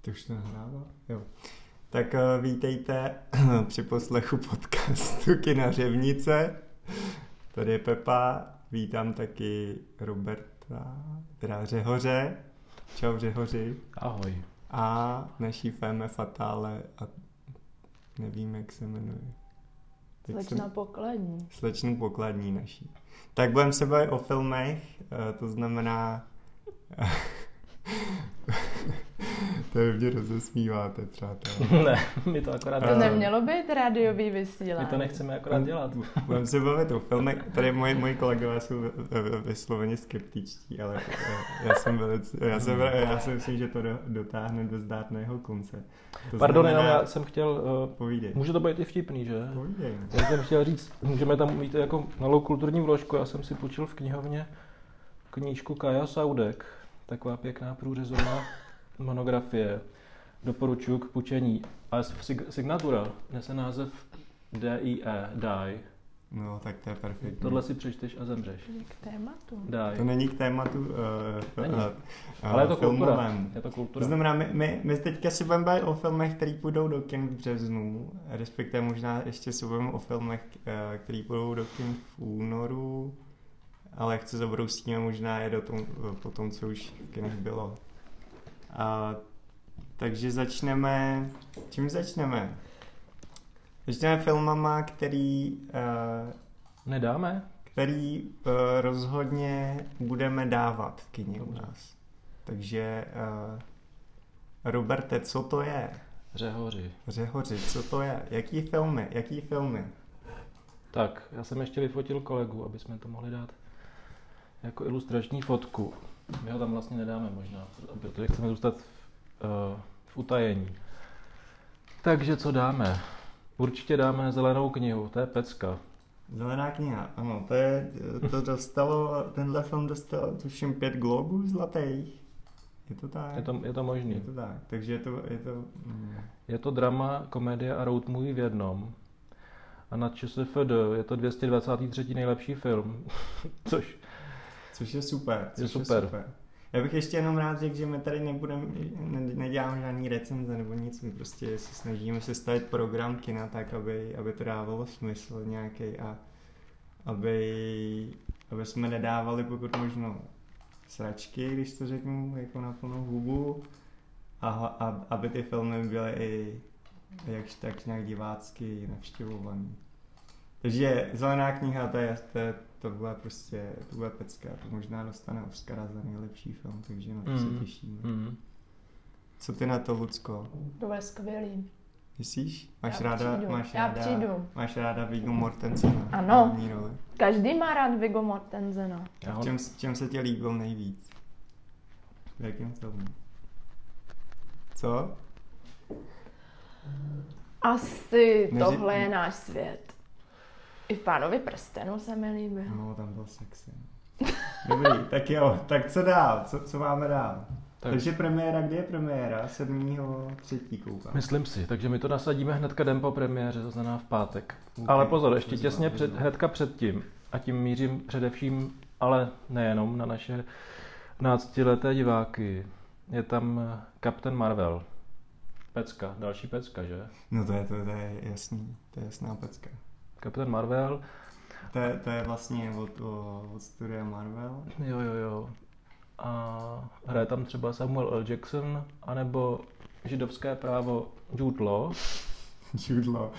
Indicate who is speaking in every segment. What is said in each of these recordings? Speaker 1: To už to nahrává? Jo. Tak eh, vítejte při poslechu podcastu Kina Řevnice. Tady je Pepa, vítám taky Roberta, teda Řehoře. Čau Řehoři.
Speaker 2: Ahoj.
Speaker 1: A naší Feme Fatále a nevím, jak se jmenuje. Teď jsem-
Speaker 3: Slečna pokladní.
Speaker 1: slečnu pokladní naší. Tak budeme se bavit o filmech, eh, to znamená... to je mě rozesmíváte, přátelé.
Speaker 2: ne, my to akorát
Speaker 1: Eh,
Speaker 3: To
Speaker 2: děláme.
Speaker 3: nemělo být rádiový
Speaker 2: My
Speaker 3: vysílání.
Speaker 2: to nechceme akorát dělat.
Speaker 1: Budeme se bavit o filmech. Tady moji, moji kolegové jsou eh, eh, vysloveně skeptičtí, ale eh, já jsem velice... Já, jsem, já si myslím, že to do, dotáhne do zdárného konce. To
Speaker 2: Pardon, jenom já jsem chtěl... Uh,
Speaker 1: Povídej.
Speaker 2: může to být i vtipný, že?
Speaker 1: Povídej.
Speaker 2: Já jsem chtěl říct, můžeme tam mít jako malou kulturní vložku. Já jsem si půjčil v knihovně knížku Kaja Saudek. Taková pěkná průřezová monografie. Doporučuji k půjčení. A sig- signatura nese název DIE, DIE.
Speaker 1: No, tak to je perfektní.
Speaker 2: Tohle si přečteš a zemřeš.
Speaker 3: K tématu.
Speaker 1: To
Speaker 2: DIE.
Speaker 1: není k tématu uh,
Speaker 2: Není.
Speaker 1: uh,
Speaker 2: Ale je to kultura.
Speaker 1: filmovému.
Speaker 2: Je to
Speaker 1: To
Speaker 2: kultura.
Speaker 1: znamená, my, my, my teďka si budeme bavit o filmech, které půjdou do kin v březnu, respektive možná ještě si budeme o filmech, eh, které půjdou do kin v únoru, ale jak se zabrousíme možná je do tom, po tom, co už v kinech bylo. A, takže začneme, čím začneme? Začneme filmama, který, eh,
Speaker 2: Nedáme?
Speaker 1: který eh, rozhodně budeme dávat v kině u
Speaker 2: Dobře.
Speaker 1: nás. Takže eh, Roberte, co to je?
Speaker 2: Řehoři.
Speaker 1: Řehoři, co to je? Jaký filmy? Jaký filmy?
Speaker 2: Tak, já jsem ještě vyfotil kolegu, aby jsme to mohli dát jako ilustrační fotku. My ho tam vlastně nedáme možná, protože chceme zůstat v, eh, v utajení. Takže co dáme? Určitě dáme zelenou knihu, to je pecka.
Speaker 1: Zelená kniha, ano, to, je, eh, to dostalo, tenhle film dostal tuším pět globů zlatých. Je to tak?
Speaker 2: Je to, je to
Speaker 1: je
Speaker 2: možný.
Speaker 1: to tak, takže je to, je to mm,
Speaker 2: Je to drama, komedie a road movie v jednom. A na ČSFD je to 223. nejlepší film, což
Speaker 1: což je super. Což
Speaker 2: super.
Speaker 1: Je super. Já bych ještě jenom rád řekl, že my tady nebudeme, ne, neděláme žádný recenze nebo nic, my prostě se snažíme sestavit program kina tak, aby, aby to dávalo smysl nějaký a aby, aby jsme nedávali pokud možno sračky, když to řeknu jako na plnou hubu a, hla- a aby ty filmy byly i jakž tak nějak divácky navštěvovaný. Takže Zelená kniha, to je, to, je, to bude prostě, to bude pecka, to možná dostane Oscara za nejlepší film, takže na to se
Speaker 2: Mm.
Speaker 1: těšíme.
Speaker 2: mm,
Speaker 1: Co ty na to, Lucko?
Speaker 3: To bude skvělý.
Speaker 1: Myslíš? Máš
Speaker 3: Já
Speaker 1: ráda,
Speaker 3: přijdu,
Speaker 1: máš
Speaker 3: já
Speaker 1: ráda,
Speaker 3: přijdu.
Speaker 1: máš ráda Viggo Mortensena?
Speaker 3: Ano.
Speaker 1: hlavní roli.
Speaker 3: Každý má rád Viggo Mortensena.
Speaker 2: já
Speaker 1: V
Speaker 2: ho
Speaker 1: čem, v čem se ti líbil nejvíc? V jakém filmu? Co?
Speaker 3: Asi
Speaker 1: Neři-
Speaker 3: tohle je náš svět. I v Pánovi prstenu se mi
Speaker 2: Hmm.
Speaker 3: líbil.
Speaker 1: No, tam byl sexy. Dobrý, tak jo, tak co dál? Co, co máme dál? Tak.
Speaker 2: Tak.
Speaker 1: Takže premiéra, kdy je premiéra? 7. třetí koukám.
Speaker 2: Myslím si, takže my to nasadíme hnedka den po premiéře, to znamená v pátek.
Speaker 1: Ok,
Speaker 2: Ale pozor, ještě
Speaker 1: rozumím,
Speaker 2: těsně před,
Speaker 1: rozumím.
Speaker 2: hnedka předtím, a tím mířím především, ale nejenom na naše 12-leté diváky, je tam eh, Captain Marvel. Pecka, další pecka, že?
Speaker 1: No to je, to, je- to je jasný, to je jasná pecka.
Speaker 2: Captain Marvel,
Speaker 1: To je, to je vlastně od, o- od studia Marvel.
Speaker 2: jo, jo, jo. A hraje tam třeba Samuel L. Jackson, anebo židovské právo Jude Law.
Speaker 1: Judlo,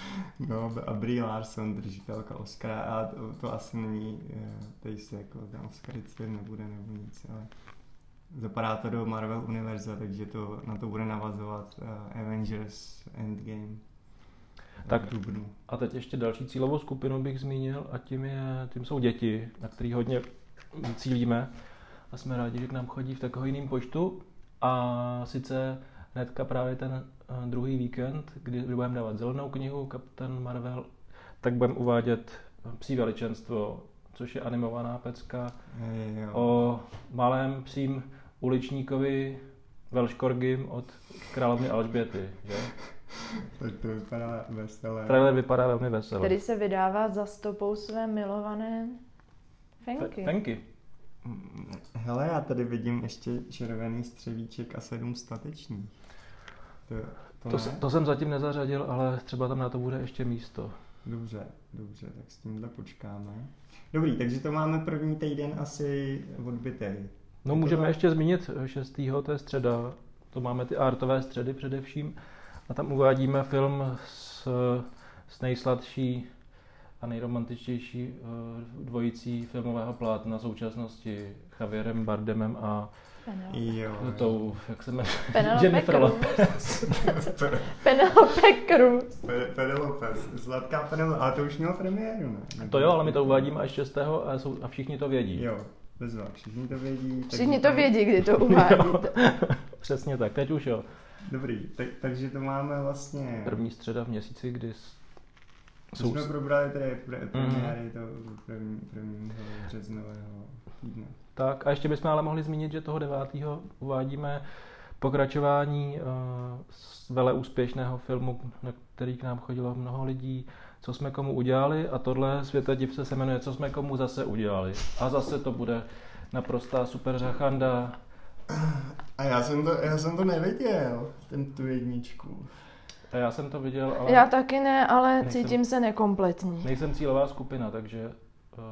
Speaker 1: no a Brie Larson, držitelka Oscara, a to, to asi není, eh, tady se jako ten Oscar cítit nebude nebo nic, ale zapadá to do Marvel univerza, takže to, na to bude navazovat eh, Avengers Endgame.
Speaker 2: Tak.
Speaker 1: v dubnu.
Speaker 2: A teď ještě další cílovou skupinu bych zmínil a tím, je, tím jsou děti, na který hodně cílíme a jsme rádi, že k nám chodí v takovém jiném počtu. A sice hnedka právě ten eh, druhý víkend, kdy budeme dávat zelenou knihu Captain Marvel, tak budeme uvádět eh, Psí veličenstvo, což je animovaná pecka
Speaker 1: Eh, jo.
Speaker 2: o malém psím uličníkovi Velškorgim od královny Alžběty. Že?
Speaker 1: Tak to vypadá veselé.
Speaker 2: Trailer vypadá velmi veselý.
Speaker 3: Který se vydává za stopou své milované Fenky.
Speaker 2: Fenky.
Speaker 1: Mm, Hele, já tady vidím ještě červený střevíček a sedm statečných. To, to,
Speaker 2: To,
Speaker 1: to ne?
Speaker 2: s- to jsem zatím nezařadil, ale třeba tam na to bude ještě místo. No,
Speaker 1: Dobře, dobře, tak s tímhle počkáme. Dobrý, takže to máme první týden asi odbytej.
Speaker 2: No
Speaker 1: Je to
Speaker 2: můžeme
Speaker 1: tak?
Speaker 2: ještě zmínit 6. to je středa, to máme ty artové středy především a tam uvádíme film s, s nejsladší a nejromantičtější eh, dvojicí filmového plátna současnosti Javierem Bardemem a
Speaker 3: Penelope.
Speaker 1: Jo.
Speaker 2: tou, jak se jmenuje,
Speaker 3: Penelope
Speaker 2: Jennifer
Speaker 3: Cruz.
Speaker 2: Lopez.
Speaker 3: Penelope Cruz.
Speaker 1: Pe- Penelope, Zlatká Penelope, ale to už mělo premiéru, ne?
Speaker 2: No To jo, ale my to uvádíme až 6. a, jsou, a všichni to vědí.
Speaker 1: Jo, bezva, všichni to vědí. takže
Speaker 3: Všichni to vědí, kdy to uvádíte.
Speaker 2: Přesně tak, teď už jo.
Speaker 1: Dobrý, tak, takže to máme vlastně...
Speaker 2: První středa v měsíci, kdy s-
Speaker 1: To
Speaker 2: jsou
Speaker 1: jsme probrali tedy pre,
Speaker 2: Mhm.
Speaker 1: premiéry mm. toho první, prvního březnového týdne.
Speaker 2: Tak a ještě bychom ale mohli zmínit, že toho 9. uvádíme pokračování eh, z vele úspěšného filmu, na který k nám chodilo mnoho lidí, co jsme komu udělali a tohle světa divce se jmenuje Co jsme komu zase udělali. A zase to bude naprostá super řachanda.
Speaker 1: A já jsem to, já jsem to neviděl, ten tu jedničku.
Speaker 2: A já jsem to viděl, ale
Speaker 3: Já taky ne, ale
Speaker 2: Nejsem-
Speaker 3: cítím se nekompletní.
Speaker 2: nejsem cílová skupina, takže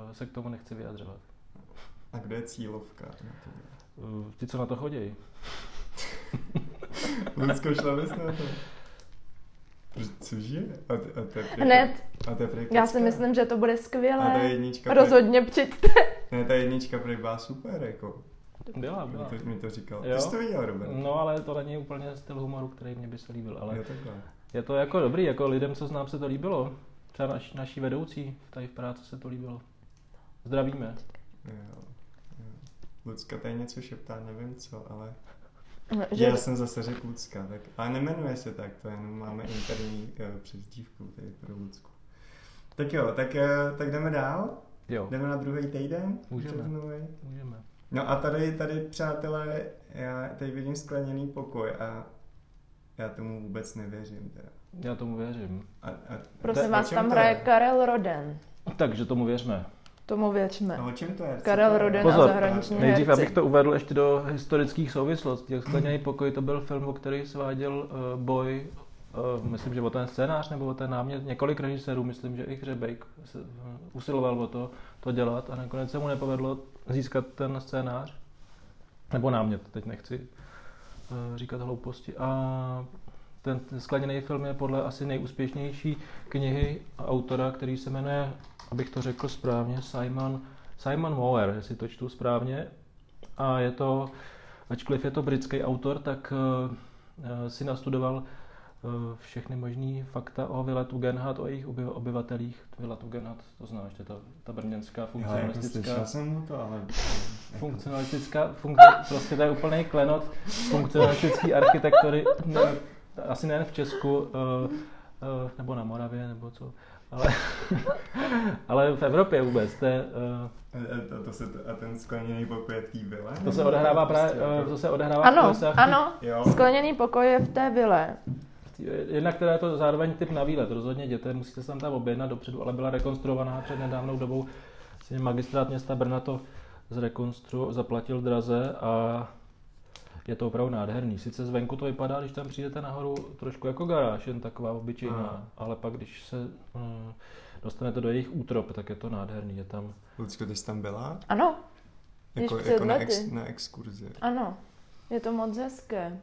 Speaker 2: eh, se k tomu nechci vyjadřovat.
Speaker 1: A kde je cílovka? No, na tohle?
Speaker 2: Eh, Ti, co na to chodí.
Speaker 1: Lucko, šla bys na to? Pr- Cože? A, t- a to je prý-
Speaker 3: Hned.
Speaker 1: A to je prý
Speaker 3: Já si
Speaker 1: kecka.
Speaker 3: myslím, že to bude
Speaker 1: A ta
Speaker 3: skvělé.
Speaker 1: jednička prý-
Speaker 3: Rozhodně přijďte.
Speaker 1: Ne, ta jednička prý byla super, jako.
Speaker 2: Byla,
Speaker 1: Mi
Speaker 2: byla.
Speaker 1: to, mi to říkal.
Speaker 2: Jo?
Speaker 1: Ty jsi to viděl, Robert?
Speaker 2: No ale to není úplně styl humoru, který mě by se líbil, ale...
Speaker 1: Jo, takhle.
Speaker 2: Je to jako dobrý, jako lidem, co znám, se to líbilo. Třeba naš, naší vedoucí tady v práci se to líbilo. Zdravíme.
Speaker 1: Jo, jo. Lucka tady něco šeptá, nevím co, ale... Že...
Speaker 3: Že
Speaker 1: Já jsem zase řekl Lucka, tak... ale nemenuje se tak, to jenom máme interní uh, přezdívku tady pro Lucku. Tak jo, tak, uh, tak jdeme dál,
Speaker 2: Jo,
Speaker 1: jdeme na druhý týden.
Speaker 2: Můžeme.
Speaker 1: březnový.
Speaker 2: můžeme.
Speaker 1: No a tady, tady přátelé, já tady vidím skleněný pokoj a já tomu vůbec nevěřím teda.
Speaker 2: Já tomu věřím.
Speaker 1: A, a, o
Speaker 3: Prosím vás,
Speaker 1: čem
Speaker 3: tam
Speaker 1: to
Speaker 3: hraje
Speaker 1: je?
Speaker 3: Karel Roden.
Speaker 2: Takže tomu věřme.
Speaker 3: Tomu věřme.
Speaker 1: A No, o čem to je? Co
Speaker 3: Karel
Speaker 1: to je?
Speaker 3: Roden a
Speaker 2: Pozor,
Speaker 3: zahraniční
Speaker 1: Ne-
Speaker 2: Nejdřív,
Speaker 3: herci.
Speaker 2: abych to uvedl ještě do historických souvislostí. Jak skleněný pokoj, to byl film, o který sváděl uh, boj, uh, myslím, že o ten scénář nebo o ten námět. Několik režisérů, myslím, že i Hřebejk se, uh, usiloval o to, to dělat a nakonec se mu nepovedlo získat ten scénář. Nebo námět, teď nechci uh, říkat hlouposti. A ten skleněný film je podle asi nejúspěšnější knihy autora, který se jmenuje, abych to řekl správně, Simon, Simon Mower, jestli to čtu správně. A je to, ačkoliv je to britský autor, tak eh, si nastudoval eh, všechny možné fakta o Vila Tugendhat, o jejich obyv- obyvatelích. Vila Tugendhat, to znáš, to je ta, ta brněnská
Speaker 1: Já jako
Speaker 2: funkcionalistická...
Speaker 1: slyšel jsem o to, ale...
Speaker 2: Funkcionalistická, funkce, prostě to je úplný klenot funkcionalistické architektury, ne, asi nejen v Česku, uh, uh, nebo na Moravě, nebo co, ale, ale v Evropě vůbec. To, je, uh,
Speaker 1: A, a, to se, to- a ten skleněný pokoj je v té vile?
Speaker 2: to se
Speaker 1: Nebo
Speaker 2: odehrává právě,
Speaker 1: prostě jako-
Speaker 2: uh, to se odehrává v
Speaker 3: Ano,
Speaker 2: Klesách.
Speaker 3: ano.
Speaker 1: Jo.
Speaker 3: Skleněný pokoj je v té vile.
Speaker 2: Jednak teda je to zároveň typ na výlet, rozhodně děte, musíte se tam tam objednat dopředu, ale byla rekonstruovaná před nedávnou dobou. Vlastně Magistrát města Brna to zrekonstru, zaplatil draze a je to opravdu nádherný. Sice zvenku to vypadá, když tam přijdete nahoru, trošku jako garáž, jen taková obyčejná,
Speaker 1: Aha.
Speaker 2: ale pak když se mm, dostanete do jejich útrop, tak je to nádherný. Je tam,
Speaker 1: Lucko, ty jsi tam byla?
Speaker 3: Ano, Již
Speaker 1: Jako,
Speaker 3: před
Speaker 1: jako na,
Speaker 3: lety.
Speaker 1: ex, na exkurzi.
Speaker 3: ano. Je to moc hezké.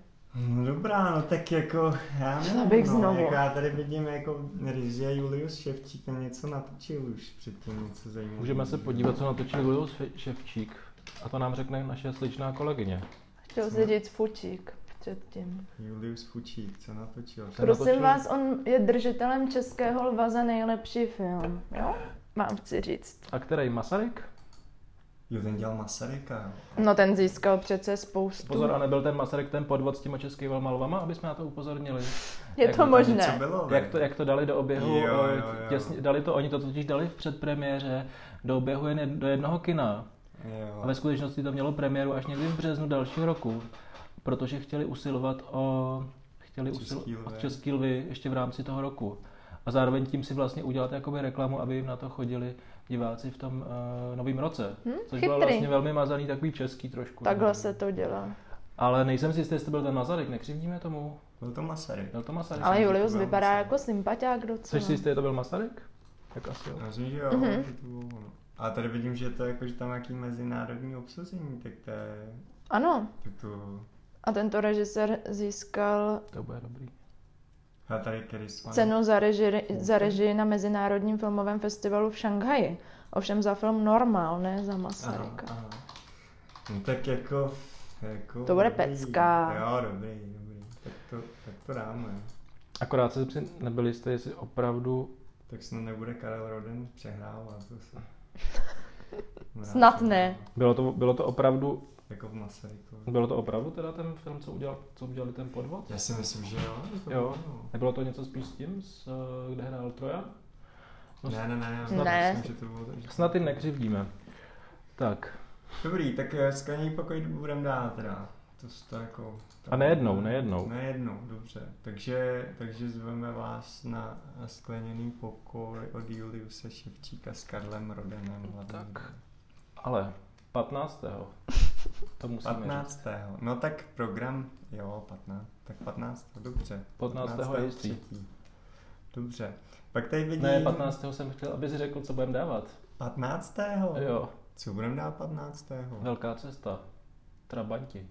Speaker 1: No dobrá, no tak jako já
Speaker 3: Šla bych
Speaker 1: no,
Speaker 3: znovu.
Speaker 1: Jako já tady vidím jako režie Julius Ševčík, ten něco natočil už předtím, něco zajímavého.
Speaker 2: můžeme se podívat, co natočil Lujos Ševčík. A to nám řekne naše sličná kolegyně.
Speaker 3: Chtěl si říct fučík předtím.
Speaker 1: Julius Fučík, co natočil?
Speaker 2: Ten-
Speaker 3: Prosím
Speaker 2: natočil-
Speaker 3: vás, on je držitelem Českého lva za nejlepší film. Jo? Mám chci říct.
Speaker 2: A který Masaryk?
Speaker 1: Jo, ten dělal Masaryka, jo.
Speaker 3: No ten získal přece spoustu.
Speaker 2: Pozor, a nebyl ten Masaryk ten podvod s těma českými lvama, aby jsme na to upozornili.
Speaker 3: je
Speaker 2: jak
Speaker 3: to
Speaker 2: by
Speaker 1: Tam něco
Speaker 3: možné.
Speaker 1: bylo, No, ne?
Speaker 2: Jak to, jak to dali do oběhu,
Speaker 1: Jo, jo,
Speaker 2: eh,
Speaker 1: jo.
Speaker 2: Těsně, dali to, oni to totiž dali v předpremiéře do oběhu jen jed- do jednoho kina.
Speaker 1: Jo.
Speaker 2: A ve skutečnosti to mělo premiéru až někdy v březnu dalšího roku, protože chtěli usilovat o chtěli
Speaker 1: Český
Speaker 2: usilovat
Speaker 1: lvy.
Speaker 2: o český lvy ještě v rámci toho roku. A zároveň tím si vlastně udělat jakoby reklamu, aby jim na to chodili diváci v tom uh, novém roce.
Speaker 3: Hm?
Speaker 2: Což bylo
Speaker 3: Chytrý.
Speaker 2: vlastně velmi mazaný, takový český trošku.
Speaker 3: Takhle se to dělá.
Speaker 2: Ale nejsem si jistý, jestli to byl ten Masaryk, nekřivdíme tomu.
Speaker 1: Byl to Masaryk.
Speaker 2: Byl to Masaryk.
Speaker 1: jsem,
Speaker 3: Ale
Speaker 1: že to
Speaker 3: Julius
Speaker 1: byl
Speaker 3: vypadá
Speaker 1: Masaryk.
Speaker 3: jako sympatiák docela.
Speaker 2: Jsi si jistý, že to byl Masaryk? Tak asi jo.
Speaker 1: Já myslím, že jo,
Speaker 3: Mhm.
Speaker 1: že to bylo ono. A tady vidím, že to je jako, že tam nějaký mezinárodní obsazení, tak to je,
Speaker 3: Ano.
Speaker 1: tak to...
Speaker 3: A tento režisér získal
Speaker 2: To bude dobrý.
Speaker 1: A tady Kerisman.
Speaker 3: cenu za režii, za režii na Mezinárodním filmovém festivalu v Šanghaji. Ovšem za film Normál, ne za
Speaker 1: Aha,
Speaker 3: Masaryka.
Speaker 1: aha. No tak jako, jako
Speaker 3: To bude
Speaker 1: dobrý.
Speaker 3: pecka.
Speaker 1: Jo, dobrý, dobrý. Tak to, tak to dáme.
Speaker 2: Akorát jsem si nebyl jistý, jestli opravdu...
Speaker 1: Tak snad nebude Karel Roden přehrávat. To se...
Speaker 3: Snad ne.
Speaker 2: Bylo to, bylo to opravdu,
Speaker 1: Jako v Masarykovi.
Speaker 2: bylo to opravdu teda ten film, co udělal, co udělali ten podvod?
Speaker 1: Já si myslím, že jo. jako no. že to
Speaker 2: Jo.
Speaker 1: bylo.
Speaker 2: Nebylo to něco spíš s tím, s, eh, kde hrál Trojan? No,
Speaker 1: Ne, ne, ne, já ne.
Speaker 3: Snad- Ne.
Speaker 1: Myslím, že to bylo tak, že-
Speaker 2: Snad ty nekřivdíme. Tak.
Speaker 1: Dobrý, tak eh, skleněný pokoj budeme dát teda. To s- to jako... to-
Speaker 2: A nejednou, nejednou.
Speaker 1: Nejednou, dobře. Takže, takže zveme vás na skleněný pokoj od Juliuse Ševčíka s Karlem Rodenem. hlavním.
Speaker 2: No Tak. Ale 15. To musíme 15. říct.
Speaker 1: 15. No tak program, jo, 15. Tak 15. Dobře.
Speaker 2: 15. je jistý.
Speaker 1: třetí. Dobře. Pak tady vidím...
Speaker 2: Ne, 15. jsem chtěl, aby si řekl, co budeme dávat.
Speaker 1: 15.
Speaker 2: Jo,
Speaker 1: Co budeme dát 15.
Speaker 2: velká cesta. Trabanti.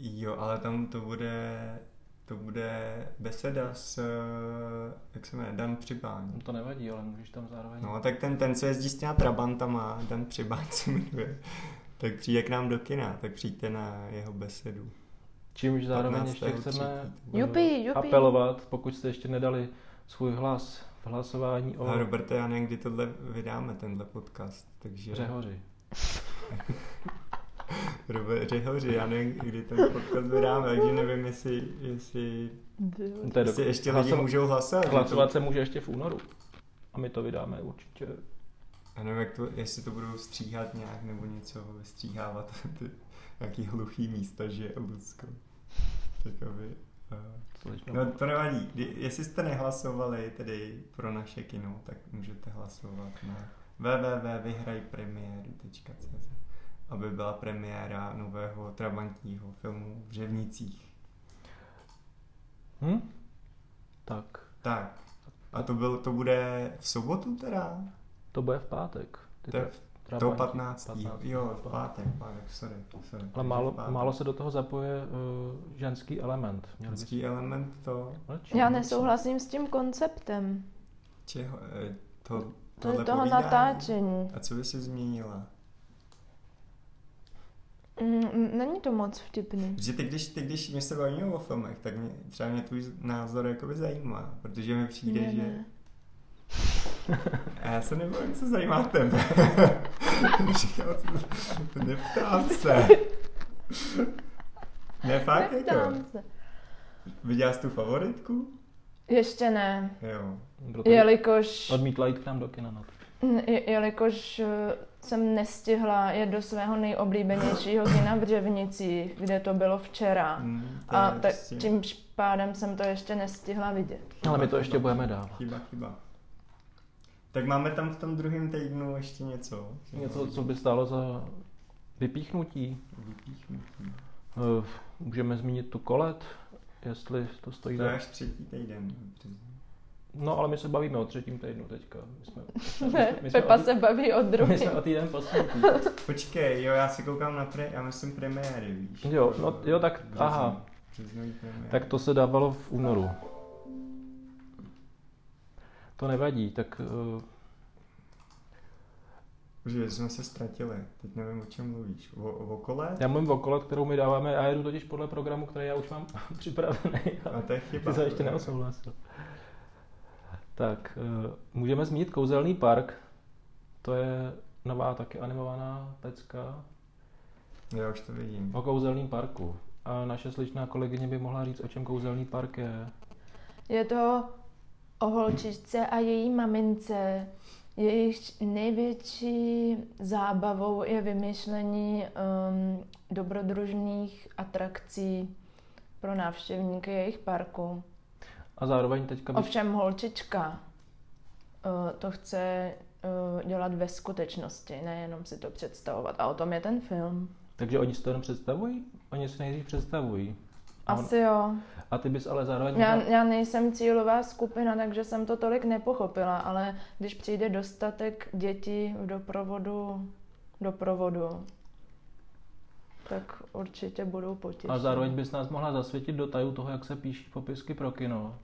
Speaker 1: Jo, ale tam to bude, to bude beseda s, eh, jak se jmenuje, Dan Přibáň.
Speaker 2: To nevadí, ale můžeš tam zároveň.
Speaker 1: No, tak ten, ten, co jezdí s těma Trabantama, Dan Přibáň se jmenuje, tak přijde k nám do kina, tak přijďte na jeho besedu.
Speaker 2: Čímž zároveň
Speaker 1: 15.
Speaker 2: ještě chceme
Speaker 1: třetí.
Speaker 2: eh,
Speaker 3: Jupi, jupi.
Speaker 2: apelovat, pokud jste ještě nedali svůj hlas v hlasování o
Speaker 1: A Roberte, já nevím, kdy tohle vydáme, tenhle podcast, takže...
Speaker 2: Řehoři.
Speaker 1: Robert Řehoři, já nevím, kdy ten podcast vydáme, takže nevím, jestli, jestli,
Speaker 2: To je
Speaker 1: jestli
Speaker 2: do...
Speaker 1: ještě lidi
Speaker 2: Hlasovat-
Speaker 1: můžou hlasovat. že to-
Speaker 2: Hlasovat se může ještě v únoru. A my to vydáme určitě.
Speaker 1: Já nevím, jak to, jestli to budou stříhat nějak nebo něco, vystříhávat ty nějaký hluchý místa, že je Lucko. Tak aby... eh,
Speaker 2: Slyšno.
Speaker 1: No to nevadí, Kdy- jestli jste nehlasovali tedy pro naše kino, tak můžete hlasovat na www.vyhrajpremiéru.cz aby byla premiéra nového trabantního filmu v Řevnicích.
Speaker 2: Hm? Tak.
Speaker 1: Tak, a to, byl, to bude v sobotu teda?
Speaker 2: To bude v pátek. Ty
Speaker 1: To je
Speaker 2: tra-
Speaker 1: v-
Speaker 2: trabanti.
Speaker 1: Do 15. Jo, v pátek, pátek, sorry. sorry
Speaker 2: Ale
Speaker 1: Takže
Speaker 2: málo,
Speaker 1: v pátek.
Speaker 2: málo se do toho zapoje uh, ženský element. Měl bys
Speaker 1: Lidský element to,
Speaker 2: mlčet.
Speaker 3: Já nesouhlasím s tím konceptem.
Speaker 1: čeho, eh, to,
Speaker 3: To je
Speaker 1: tohle
Speaker 3: toho
Speaker 1: povídání.
Speaker 3: natáčení.
Speaker 1: A co by si změnila?
Speaker 3: Mm, Není to moc vtipný.
Speaker 1: Že ty, když, ty, když mě se bavíme o filmech, tak mě, třeba mě tvůj názor jakoby zajímá, protože mi přijde,
Speaker 3: Ne,
Speaker 1: že...
Speaker 3: ne.
Speaker 1: A já se nebojím, co zajímá tebe. Říkal jsem, neptám se. Ne, fakt jako.
Speaker 3: Neptám se.
Speaker 1: Viděla jsi tu favoritku?
Speaker 3: Ještě ne,
Speaker 1: Jo.
Speaker 2: Proto
Speaker 3: jelikož,
Speaker 2: Odmítla jít k nám do kina. No.
Speaker 3: je, jelikož eh, jsem nestihla jet do svého nejoblíbenějšího kina v Řevnicích, kde to bylo včera.
Speaker 2: Hmm,
Speaker 1: Hm, to
Speaker 3: A
Speaker 1: je
Speaker 3: tak
Speaker 1: prostě
Speaker 3: tím pádem jsem to ještě nestihla vidět.
Speaker 2: Ale my to ještě budeme dávat.
Speaker 1: Chyba, chyba. Tak máme tam v tom druhém týdnu ještě něco.
Speaker 2: Něco, co by stálo za vypíchnutí.
Speaker 1: Vypíchnutí.
Speaker 2: Eh, Můžeme zmínit tu kolet, jestli to stojí
Speaker 1: To
Speaker 2: za...
Speaker 1: je až třetí týden.
Speaker 2: No, ale my se bavíme o třetím týdnu teďka. My jsme,
Speaker 3: Ne,
Speaker 2: my jsme,
Speaker 3: Pepa
Speaker 2: o,
Speaker 3: se baví o
Speaker 2: tý- my
Speaker 3: druhý.
Speaker 2: jsme o týden posunutí.
Speaker 1: Počkej, jo, já si koukám na pre, já myslím premiéry, víš.
Speaker 2: Jo, no, jo, tak,
Speaker 1: Březnový-
Speaker 2: aha.
Speaker 1: Březnový premiéry.
Speaker 2: Tak to se dávalo v únoru. To nevadí, tak eh,
Speaker 1: Že jsme se ztratili, teď nevím, o čem mluvíš. O, o kole?
Speaker 2: Já mluvím o kole, kterou mi dáváme, já jedu totiž podle programu, který já už mám připravený.
Speaker 1: A
Speaker 2: ale
Speaker 1: to je chyba.
Speaker 2: Ty se ještě neosouhlasil. Tak, eh, můžeme zmínit Kouzelný park. To je nová taky animovaná pecka
Speaker 1: Já už to vidím.
Speaker 2: o Kouzelném parku. A naše sličná kolegyně by mohla říct, o čem Kouzelný park je.
Speaker 3: Je to o holčičce a její mamince. Jejich největší zábavou je vymýšlení um, dobrodružných atrakcí pro návštěvníky jejich parku.
Speaker 2: A zároveň teďka... By...
Speaker 3: Ovšem holčička eh, to chce eh, dělat ve skutečnosti, nejenom si to představovat. A o tom je ten film.
Speaker 2: Takže oni si to jenom představují? Oni si nejdřív představují. A on- No.
Speaker 3: Asi jo.
Speaker 2: A ty bys ale zároveň...
Speaker 3: Já,
Speaker 2: mohla-
Speaker 3: já nejsem cílová skupina, takže jsem to tolik nepochopila, ale když přijde dostatek dětí v doprovodu, doprovodu, tak určitě budou potěšení.
Speaker 2: A zároveň bys nás mohla zasvětit do tajů toho, jak se píší popisky pro kino.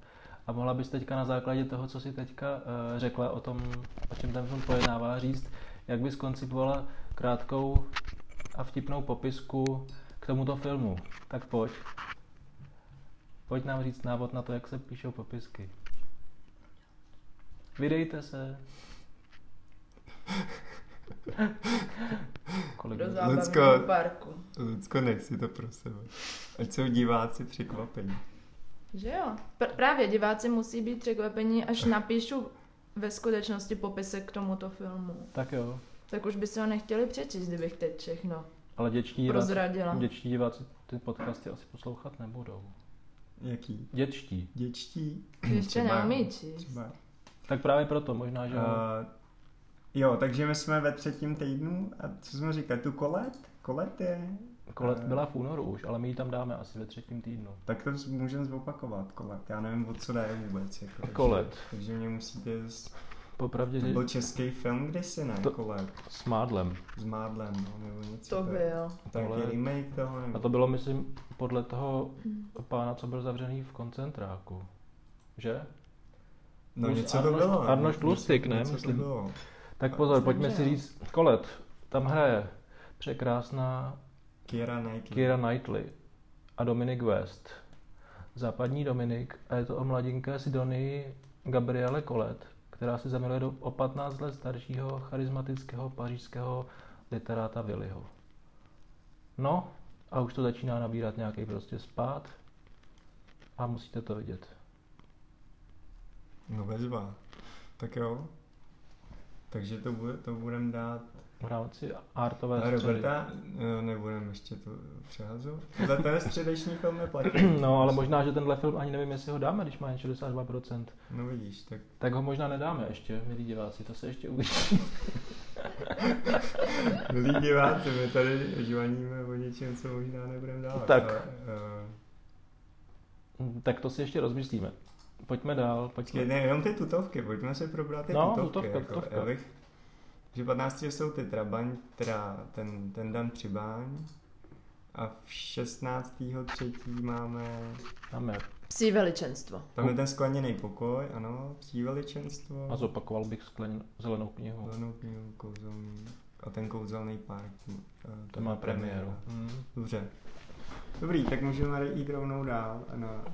Speaker 2: A mohla bys teďka na základě toho, co si teďka eh, řekla o tom, o čem ten film pojednává, říct, jak bys koncipovala krátkou a vtipnou popisku k tomuto filmu. Tak pojď. Pojď nám říct návod na to, jak se píšou popisky. Vydejte se. Kolik
Speaker 4: Do
Speaker 1: Lucko.
Speaker 4: zábavního parku.
Speaker 1: Lucko, nech si to pro sebe. Ať jsou diváci překvapení.
Speaker 4: Že jo? Pr- právě diváci musí být překvapení, až napíšu ve skutečnosti popisek k tomuto filmu.
Speaker 2: Tak jo.
Speaker 4: Tak už by se ho nechtěli přečíst, kdybych teď všechno
Speaker 2: Ale děční diváci
Speaker 3: No.
Speaker 4: prozradila.
Speaker 2: Dětští diváci ty podcasty asi poslouchat nebudou.
Speaker 1: Jaký?
Speaker 2: Dětští.
Speaker 1: Děčtí?
Speaker 4: Ještě
Speaker 1: Třeba-
Speaker 4: neumí číst.
Speaker 1: Třeba.
Speaker 2: Tak právě proto možná, že... Uh,
Speaker 1: Uh, jo, takže my jsme ve třetím týdnu a co jsme říkali, tu kolet? Kolet je?
Speaker 2: Kolet
Speaker 1: eh.
Speaker 2: byla v únoru už, ale my ji tam dáme asi ve třetím týdnu.
Speaker 1: Tak to můžeme zopakovat, kolet. Já nevím, o co jde vůbec. Jako, takže-
Speaker 2: Kolet.
Speaker 1: Takže mě musíte... Z...
Speaker 2: Popravdě
Speaker 1: To
Speaker 2: že
Speaker 1: byl český film kdysi, ne?
Speaker 2: To-
Speaker 1: Kolet.
Speaker 2: s mádlem.
Speaker 1: S Mádlem, no, nebo něco.
Speaker 4: To byl.
Speaker 1: Tak
Speaker 2: Kolet.
Speaker 1: je remake toho,
Speaker 2: A
Speaker 1: nebo...
Speaker 2: to bylo, myslím, podle toho pána, co byl zavřený v koncentráku. Že?
Speaker 1: No
Speaker 2: Plus
Speaker 1: něco to
Speaker 2: Arnošt-
Speaker 1: bylo.
Speaker 2: Arnošt
Speaker 1: Něco-
Speaker 2: Lustig, ne,
Speaker 1: něco to
Speaker 2: myslím.
Speaker 1: bylo.
Speaker 2: Tak pozor,
Speaker 4: Myslím,
Speaker 2: pojďme
Speaker 4: že
Speaker 2: si
Speaker 4: jo.
Speaker 2: říct, Kolet, tam hraje překrásná
Speaker 1: Kiera Knightley.
Speaker 2: Kira Knightley a Dominic West. Západní Dominik a je to o mladinké Sidonii Gabriele Colet, která se zamiluje do o 15 let staršího charismatického pařížského literáta Willyho. No, a už to začíná nabírat nějaký prostě spát a musíte to vidět.
Speaker 1: No bezva. Tak jo. Takže to, bude, to budem dát.
Speaker 2: V rámci artové
Speaker 1: A
Speaker 2: střely.
Speaker 1: Roberta eh, nebudem ještě to přehazovat. Za ten středeční film neplatí. Prostě-
Speaker 2: No, ale možná, že tenhle film ani nevím, jestli ho dáme, když má jen 62%.
Speaker 1: No vidíš, tak
Speaker 2: Tak ho možná nedáme ještě, milí diváci, to se ještě uvidí.
Speaker 1: milí diváci, my tady žvaníme o něčem, co možná nebudeme dávat.
Speaker 2: No Tak.
Speaker 1: Ale, eh,
Speaker 2: Mm, Tak to si ještě rozmyslíme. Pojďme dál,
Speaker 1: Počkej,
Speaker 2: pojďme.
Speaker 1: eh, ne, jenom ty tutovky, pojďme si probrat ty
Speaker 2: No,
Speaker 1: tutovky. jako
Speaker 2: tutovka, tutovka.
Speaker 1: já bych- že 15 jsou ty trabaň, teda ten, ten dan přibáň. A v 16. třetí máme,
Speaker 2: Máme.
Speaker 4: Psí veličenstvo.
Speaker 1: tam je ten skleněný pokoj, ano, psí veličenstvo.
Speaker 2: A zopakoval bych sklen, zelenou knihu.
Speaker 1: Zelenou knihu, kouzelný, a ten kouzelný park. eh,
Speaker 2: To má premiéru. Hmm.
Speaker 1: Dobře. Dobrý, tak můžeme jít rovnou dál na,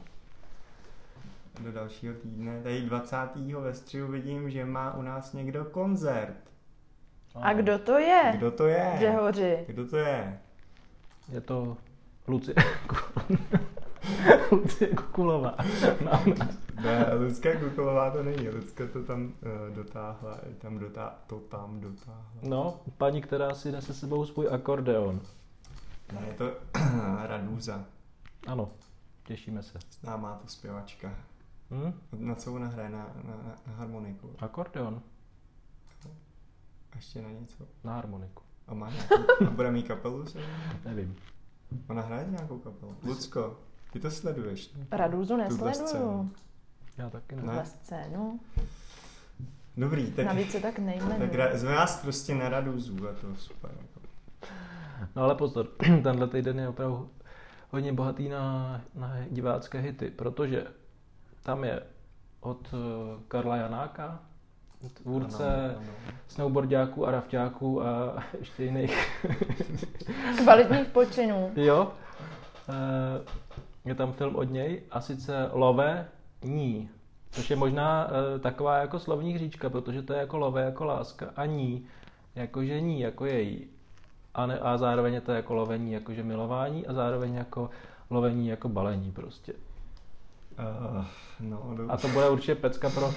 Speaker 1: do dalšího týdne. Tady 20. ve střihu vidím, že má u nás někdo koncert.
Speaker 3: A kdo to je?
Speaker 1: Kdo to je?
Speaker 3: Žehoři.
Speaker 1: Kdo to je?
Speaker 2: Je to Lucie. Lucie Kukulová. No, Nám-
Speaker 1: Ne, Lucka Kukolová to není, Lucka to tam uh, dotáhla, tam dotá, to tam dotáhla.
Speaker 2: No, paní, která si nese sebou svůj akordeon.
Speaker 1: Ne, je to Radúza,
Speaker 2: Ano, těšíme se.
Speaker 1: známá to zpěvačka.
Speaker 2: Hm?
Speaker 1: Na co ona hraje? Na, na, na- na harmoniku?
Speaker 2: Akordeon
Speaker 1: A ještě na něco?
Speaker 2: na harmoniku.
Speaker 1: A má nějakou, a bude mít kapelu? Se?
Speaker 2: Nevím.
Speaker 1: Ona hraje nějakou kapelu? Lucko, ty to sleduješ, ne?
Speaker 3: Radůzu
Speaker 1: Tuhle scénu.
Speaker 3: nesleduju.
Speaker 2: Já taky ne.
Speaker 1: Ne.
Speaker 3: Tuhle scénu.
Speaker 1: Dobrý, tak,
Speaker 3: Navíc se tak
Speaker 1: tak
Speaker 3: nejmenuji.
Speaker 1: ra- zve nás prostě na Radúzu a to super. Jako.
Speaker 2: No ale pozor, tenhle týden je opravdu hodně bohatý na, na divácké hity, protože tam je od eh, Karla Janáka, tvůrce
Speaker 1: Ano, ano.
Speaker 2: snowboardáků a rafťáků a ještě jiných.
Speaker 3: Kvalitních počinů.
Speaker 2: Jo. Eh, Je tam film od něj a sice Love ní, což je možná eh, taková jako slovní hříčka, protože to je jako love jako láska a ní jako že ní jako její. A, ne, a zároveň je to jako lovení jako že milování a zároveň jako lovení jako balení prostě.
Speaker 1: Uh, no, dobře.
Speaker 2: A to bude určitě pecka pro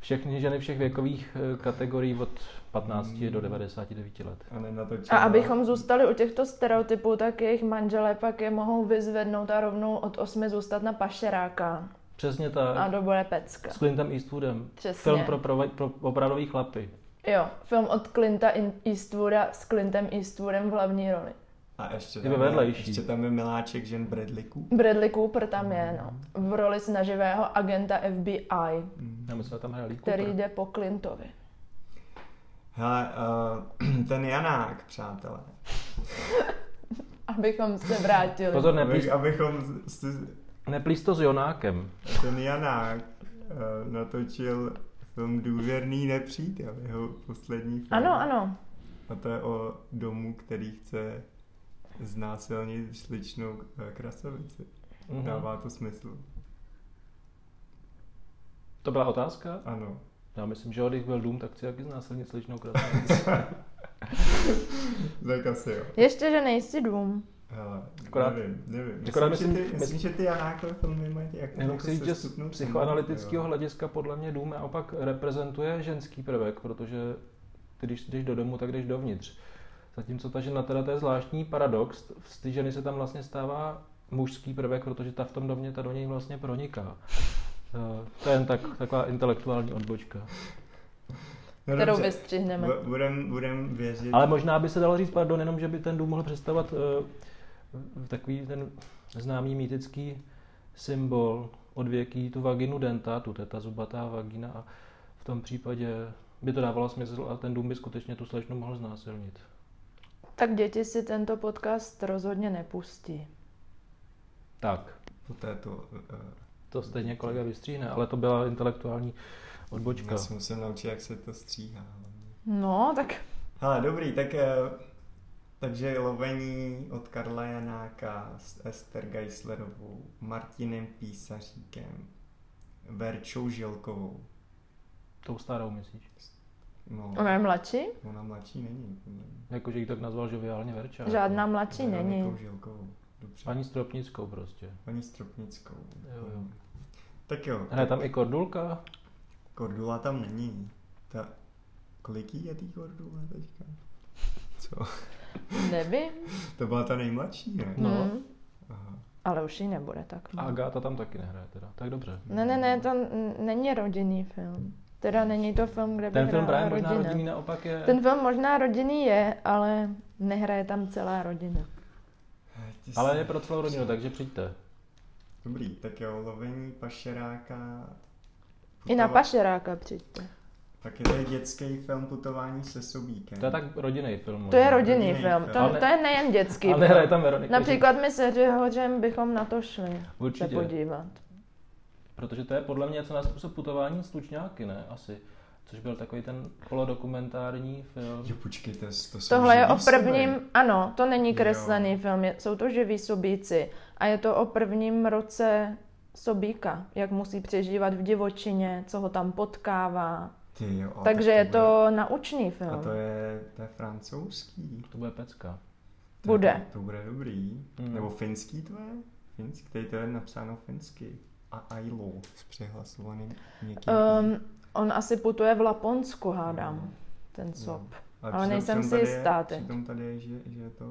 Speaker 2: všechny ženy všech věkových eh, kategorií od 15 do 99 let.
Speaker 1: A nenatočila.
Speaker 3: A abychom zůstali u těchto stereotypů, tak jejich manželé pak je mohou vyzvednout a rovnou od osmi zůstat na pašeráka.
Speaker 2: Přesně tak.
Speaker 3: A do bude pecka.
Speaker 2: S Clintem Eastwoodem.
Speaker 3: Přesně.
Speaker 2: Film pro, pro, pro opravdový chlapy.
Speaker 3: Jo, film od Clinta In- Eastwooda s Clintem Eastwoodem v hlavní roli.
Speaker 1: A ještě
Speaker 2: Je
Speaker 1: tam, je,
Speaker 2: vedlejší.
Speaker 1: ještě tam je miláček žen Bradley Cooper.
Speaker 3: Bradley Cooper tam je, no. V roli snaživého agenta FBI,
Speaker 2: Já myslím, že tam hraje Lee
Speaker 3: který
Speaker 2: Cooper.
Speaker 3: jde po Clintovi.
Speaker 1: Hele, uh, ten Janák, přátelé.
Speaker 3: Abychom se vrátili.
Speaker 2: Pozor, neplíst,
Speaker 1: Abych, abychom, s- s-
Speaker 2: neplíst to s Jonákem.
Speaker 1: ten Janák uh, natočil film Důvěrný nepřítel, jeho poslední film.
Speaker 3: Ano, ano.
Speaker 1: A to je o domu, který chce znásilnit sličnou eh, krasavici.
Speaker 2: Mhm.
Speaker 1: Dává to smysl.
Speaker 2: To byla otázka?
Speaker 1: Ano.
Speaker 2: Já myslím, že když byl dům, tak chci taky znásilnit sličnou krasavici.
Speaker 1: Tak asi jo.
Speaker 3: Ještě, že nejsi dům.
Speaker 1: Hele,
Speaker 2: Akorát-
Speaker 1: nevím, nevím.
Speaker 2: akorát
Speaker 1: myslím,
Speaker 2: myslím-
Speaker 1: že ty, myslím,
Speaker 2: myslím-
Speaker 1: že ty Janákové filmy mají jak,
Speaker 2: Jenom
Speaker 1: jako
Speaker 2: chci říct, že z
Speaker 1: sestupnou
Speaker 2: psychoanalytického
Speaker 1: tematiku,
Speaker 2: hlediska podle mě dům naopak reprezentuje ženský prvek, protože ty, když jdeš do domu, tak jdeš dovnitř. Zatímco ta žena, teda to je zvláštní paradox, z té ženy se tam vlastně stává mužský prvek, protože ta v tom domě, ta do něj vlastně proniká. Eh, To je jen tak, taková intelektuální odbočka.
Speaker 1: jo.
Speaker 3: Kterou
Speaker 1: No dobře.
Speaker 3: vystřihneme.
Speaker 1: Bu- Budem, budem věřit.
Speaker 2: Ale možná by se dalo říct, pardon, jenom, že by ten dům mohl představovat uh, takový ten známý mýtický symbol odvěký, tu vaginu dentatu, to je ta zubatá vagina a v tom případě by to dávalo smysl a ten dům by skutečně tu slečnu mohl znásilnit.
Speaker 3: Tak děti si tento podcast rozhodně nepustí.
Speaker 2: Tak,
Speaker 1: Poté to... eh,
Speaker 2: to stejně kolega vystříhne, ale to byla intelektuální odbočka.
Speaker 1: já se musím naučit, jak se to stříhá.
Speaker 3: No, tak
Speaker 1: Hele, dobrý, tak... eh, Takže lovení od Karla Janáka s Ester Geislerovou, Martinem Písaříkem, Verčou Žilkovou.
Speaker 2: Tou starou myslíš?
Speaker 1: No,
Speaker 3: ona je mladší?
Speaker 1: ona mladší není. podle mě.
Speaker 2: Jakože jí tak nazval žoviálně Verča.
Speaker 3: Žádná mladší
Speaker 1: Veronikou
Speaker 3: není.
Speaker 1: Žilkovou. Dobře.
Speaker 2: Paní Stropnickou prostě.
Speaker 1: Paní Stropnickou.
Speaker 2: Jo, jo.
Speaker 1: Tak jo,
Speaker 2: Hraje tam i Kordulka,
Speaker 1: Kordula tam není. Ta... Kolik jí je tý Kordula teďka? Co?
Speaker 3: Nevím.
Speaker 1: To byla ta nejmladší, ne?
Speaker 2: No.
Speaker 3: Hmm.
Speaker 1: Aha.
Speaker 3: Ale už jí nebude tak.
Speaker 2: a
Speaker 3: moc.
Speaker 2: Agáta tam taky nehraje teda. Tak dobře.
Speaker 3: Ne, ne, ne, to n- není rodinný film. Teda není to film, kde by
Speaker 2: Ten film
Speaker 3: hrála
Speaker 2: právě možná
Speaker 3: rodina.
Speaker 2: rodinný naopak je...
Speaker 3: Ten film možná rodinný je, ale nehraje tam celá rodina.
Speaker 1: Hej, ty
Speaker 2: Ale
Speaker 1: jsi-
Speaker 2: je pro celou rodinu, takže přijďte.
Speaker 1: Dobrý, tak jo, lovení pašeráka...
Speaker 3: I na
Speaker 1: putova-
Speaker 3: pašeráka přijďte.
Speaker 1: Tak je tady dětský film Putování se sobíkem.
Speaker 2: To je tak rodinný film.
Speaker 3: To je
Speaker 2: možná.
Speaker 3: rodinný
Speaker 1: Rodinný
Speaker 3: film,
Speaker 1: film.
Speaker 3: to,
Speaker 2: Ale-
Speaker 3: to je nejen dětský
Speaker 2: Ale hraje
Speaker 3: film.
Speaker 2: tam Veronika.
Speaker 3: Například my se Řehořem bychom na to šli
Speaker 2: že- Určitě,
Speaker 3: se podívat.
Speaker 2: protože to je podle mě něco na způsob putování s tučňáky, ne? Asi. Což byl takový ten polodokumentární film.
Speaker 1: Jo, počkejte, to jsou
Speaker 3: Tohle je
Speaker 1: živý
Speaker 3: o
Speaker 1: sobě.
Speaker 3: prvním, ano, to není
Speaker 1: Jo.
Speaker 3: kreslený film, je, jsou to živí sobíci a je to o prvním roce sobíka, jak musí přežívat v divočině, co ho tam potkává.
Speaker 1: Ty jo, a
Speaker 3: Takže
Speaker 1: tak
Speaker 3: je to naučný
Speaker 1: Bude... A
Speaker 3: film.
Speaker 1: to je, to je francouzský.
Speaker 2: To bude pecka.
Speaker 1: To-
Speaker 3: Bude.
Speaker 1: To bude dobrý.
Speaker 2: Mm.
Speaker 1: Nebo finský to je? Finský, tady to je napsáno finsky. A Ailo s přehlasovaným někým.
Speaker 3: Um, on asi putuje v Laponsku, hádám,
Speaker 1: No,
Speaker 3: ten sop. ale nejsem si jistá
Speaker 1: teď.
Speaker 3: teď.
Speaker 1: Přitom tady je, že, že je to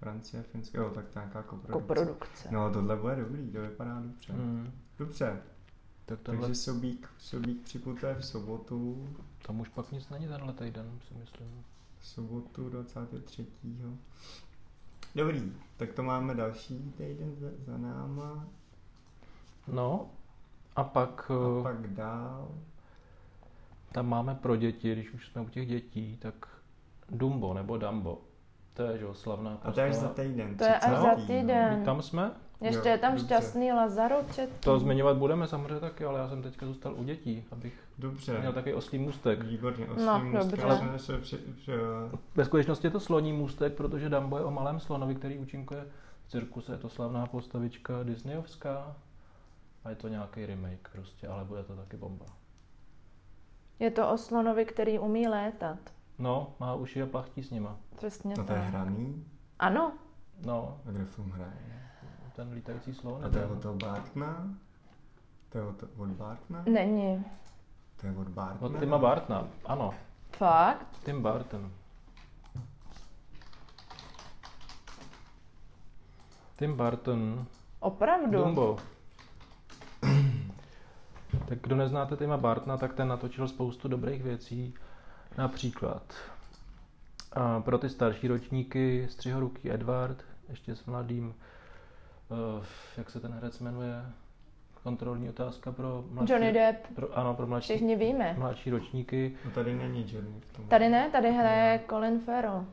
Speaker 1: Francie, Finsko, jo, tak to je nějaká
Speaker 3: jako
Speaker 1: koprodukce.
Speaker 3: Koprodukce.
Speaker 1: No, tohle bude dobrý, to vypadá dobře. Hmm.
Speaker 2: Hmm.
Speaker 1: Dobře,
Speaker 2: Tak tenhle,
Speaker 1: takže Sobík, Sobík připutuje v sobotu,
Speaker 2: tam už pak nic není tenhle týden, si myslím.
Speaker 1: v sobotu 23. Dobrý, tak to máme další týden za, za náma.
Speaker 2: No, a pak,
Speaker 1: A
Speaker 2: eh,
Speaker 1: pak dál.
Speaker 2: tam máme pro děti, když už jsme u těch dětí, tak Dumbo nebo Dumbo. To je, že jo, slavná
Speaker 1: A to je až za
Speaker 2: postava.
Speaker 1: týden.
Speaker 3: To je až
Speaker 1: 30.
Speaker 3: za týden.
Speaker 2: Tam jsme?
Speaker 3: Ještě
Speaker 1: No, Jo,
Speaker 3: je tam
Speaker 1: dobře.
Speaker 3: šťastný Lazaro před
Speaker 1: No.
Speaker 2: To zmiňovat budeme samozřejmě taky, ale já jsem teďka zůstal u dětí, abych měl
Speaker 1: Dobře,
Speaker 2: takový oslý můstek.
Speaker 1: výborně,
Speaker 3: No,
Speaker 1: oslý no,
Speaker 3: dobře.
Speaker 1: jsme se při, při, no,
Speaker 2: Ve skutečnosti je to sloní můstek, protože Dumbo je o malém slonovi, který účinkuje v cirkuse. Je to slavná postavička disneyovská a je to nějaký remake prostě, ale bude to taky bomba.
Speaker 3: Je to o slonovi, který umí létat.
Speaker 2: No, má uši a plachtí s nima.
Speaker 3: Přesně
Speaker 1: no to je
Speaker 3: tak.
Speaker 1: hraný,
Speaker 3: Ano,
Speaker 2: No,
Speaker 1: a kdo film hraje?
Speaker 2: ten lítající slon.
Speaker 1: A to je od toho Bartna? To je od, od Bartna?
Speaker 3: není.
Speaker 1: To je od Bartna?
Speaker 2: Od Tima Bartna, ano.
Speaker 3: Fakt?
Speaker 2: Tim Burton. Tim Burton,
Speaker 3: Opravdu?
Speaker 2: Dumbo. Tak kdo neznáte Tima Bartna, tak ten natočil spoustu dobrých věcí. Například A pro ty starší ročníky střihoruký Edward, ještě s mladým, eh, jak se ten herec jmenuje, kontrolní otázka pro mladší.
Speaker 3: Johnny Depp,
Speaker 2: Pro, ano, pro mladší,
Speaker 3: všichni víme.
Speaker 2: mladší ročníky.
Speaker 1: No tady není Johnny v tom.
Speaker 3: Tady ne, tady hraje Colin Farrell.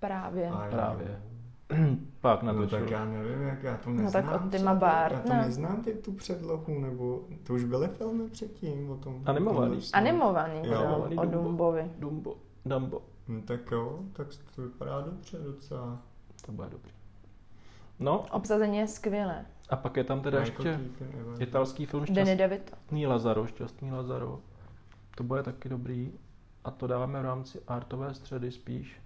Speaker 3: Právě.
Speaker 1: No. A jo.
Speaker 2: Právě. Pak
Speaker 1: No
Speaker 2: natočil.
Speaker 1: tak já nevím, jak já to
Speaker 3: No tak
Speaker 1: neznám.
Speaker 3: od no. Tima
Speaker 1: třeba. Já to
Speaker 3: Bartna.
Speaker 1: neznám ty tu předlohu, nebo to už byly filmy předtím o tom.
Speaker 2: Animovaný.
Speaker 1: tomhle snu.
Speaker 3: Animovaný,
Speaker 1: Jo.
Speaker 3: no,
Speaker 2: Animovaný
Speaker 3: o
Speaker 2: Dumbo.
Speaker 3: Dumbovi.
Speaker 2: Dumbo, Dumbo.
Speaker 1: No tak jo, tak to vypadá dobře docela.
Speaker 2: To bude dobrý. No,
Speaker 3: Obsazení je skvělé.
Speaker 2: a pak je tam teda
Speaker 1: Michael
Speaker 2: ještě
Speaker 1: Keaton, Evan-
Speaker 2: italský film
Speaker 3: Danny
Speaker 2: Šťastný
Speaker 3: DeVito.
Speaker 2: Lazaro, Šťastný Lazaro. To bude taky dobrý. A to dáváme v rámci artové středy spíš.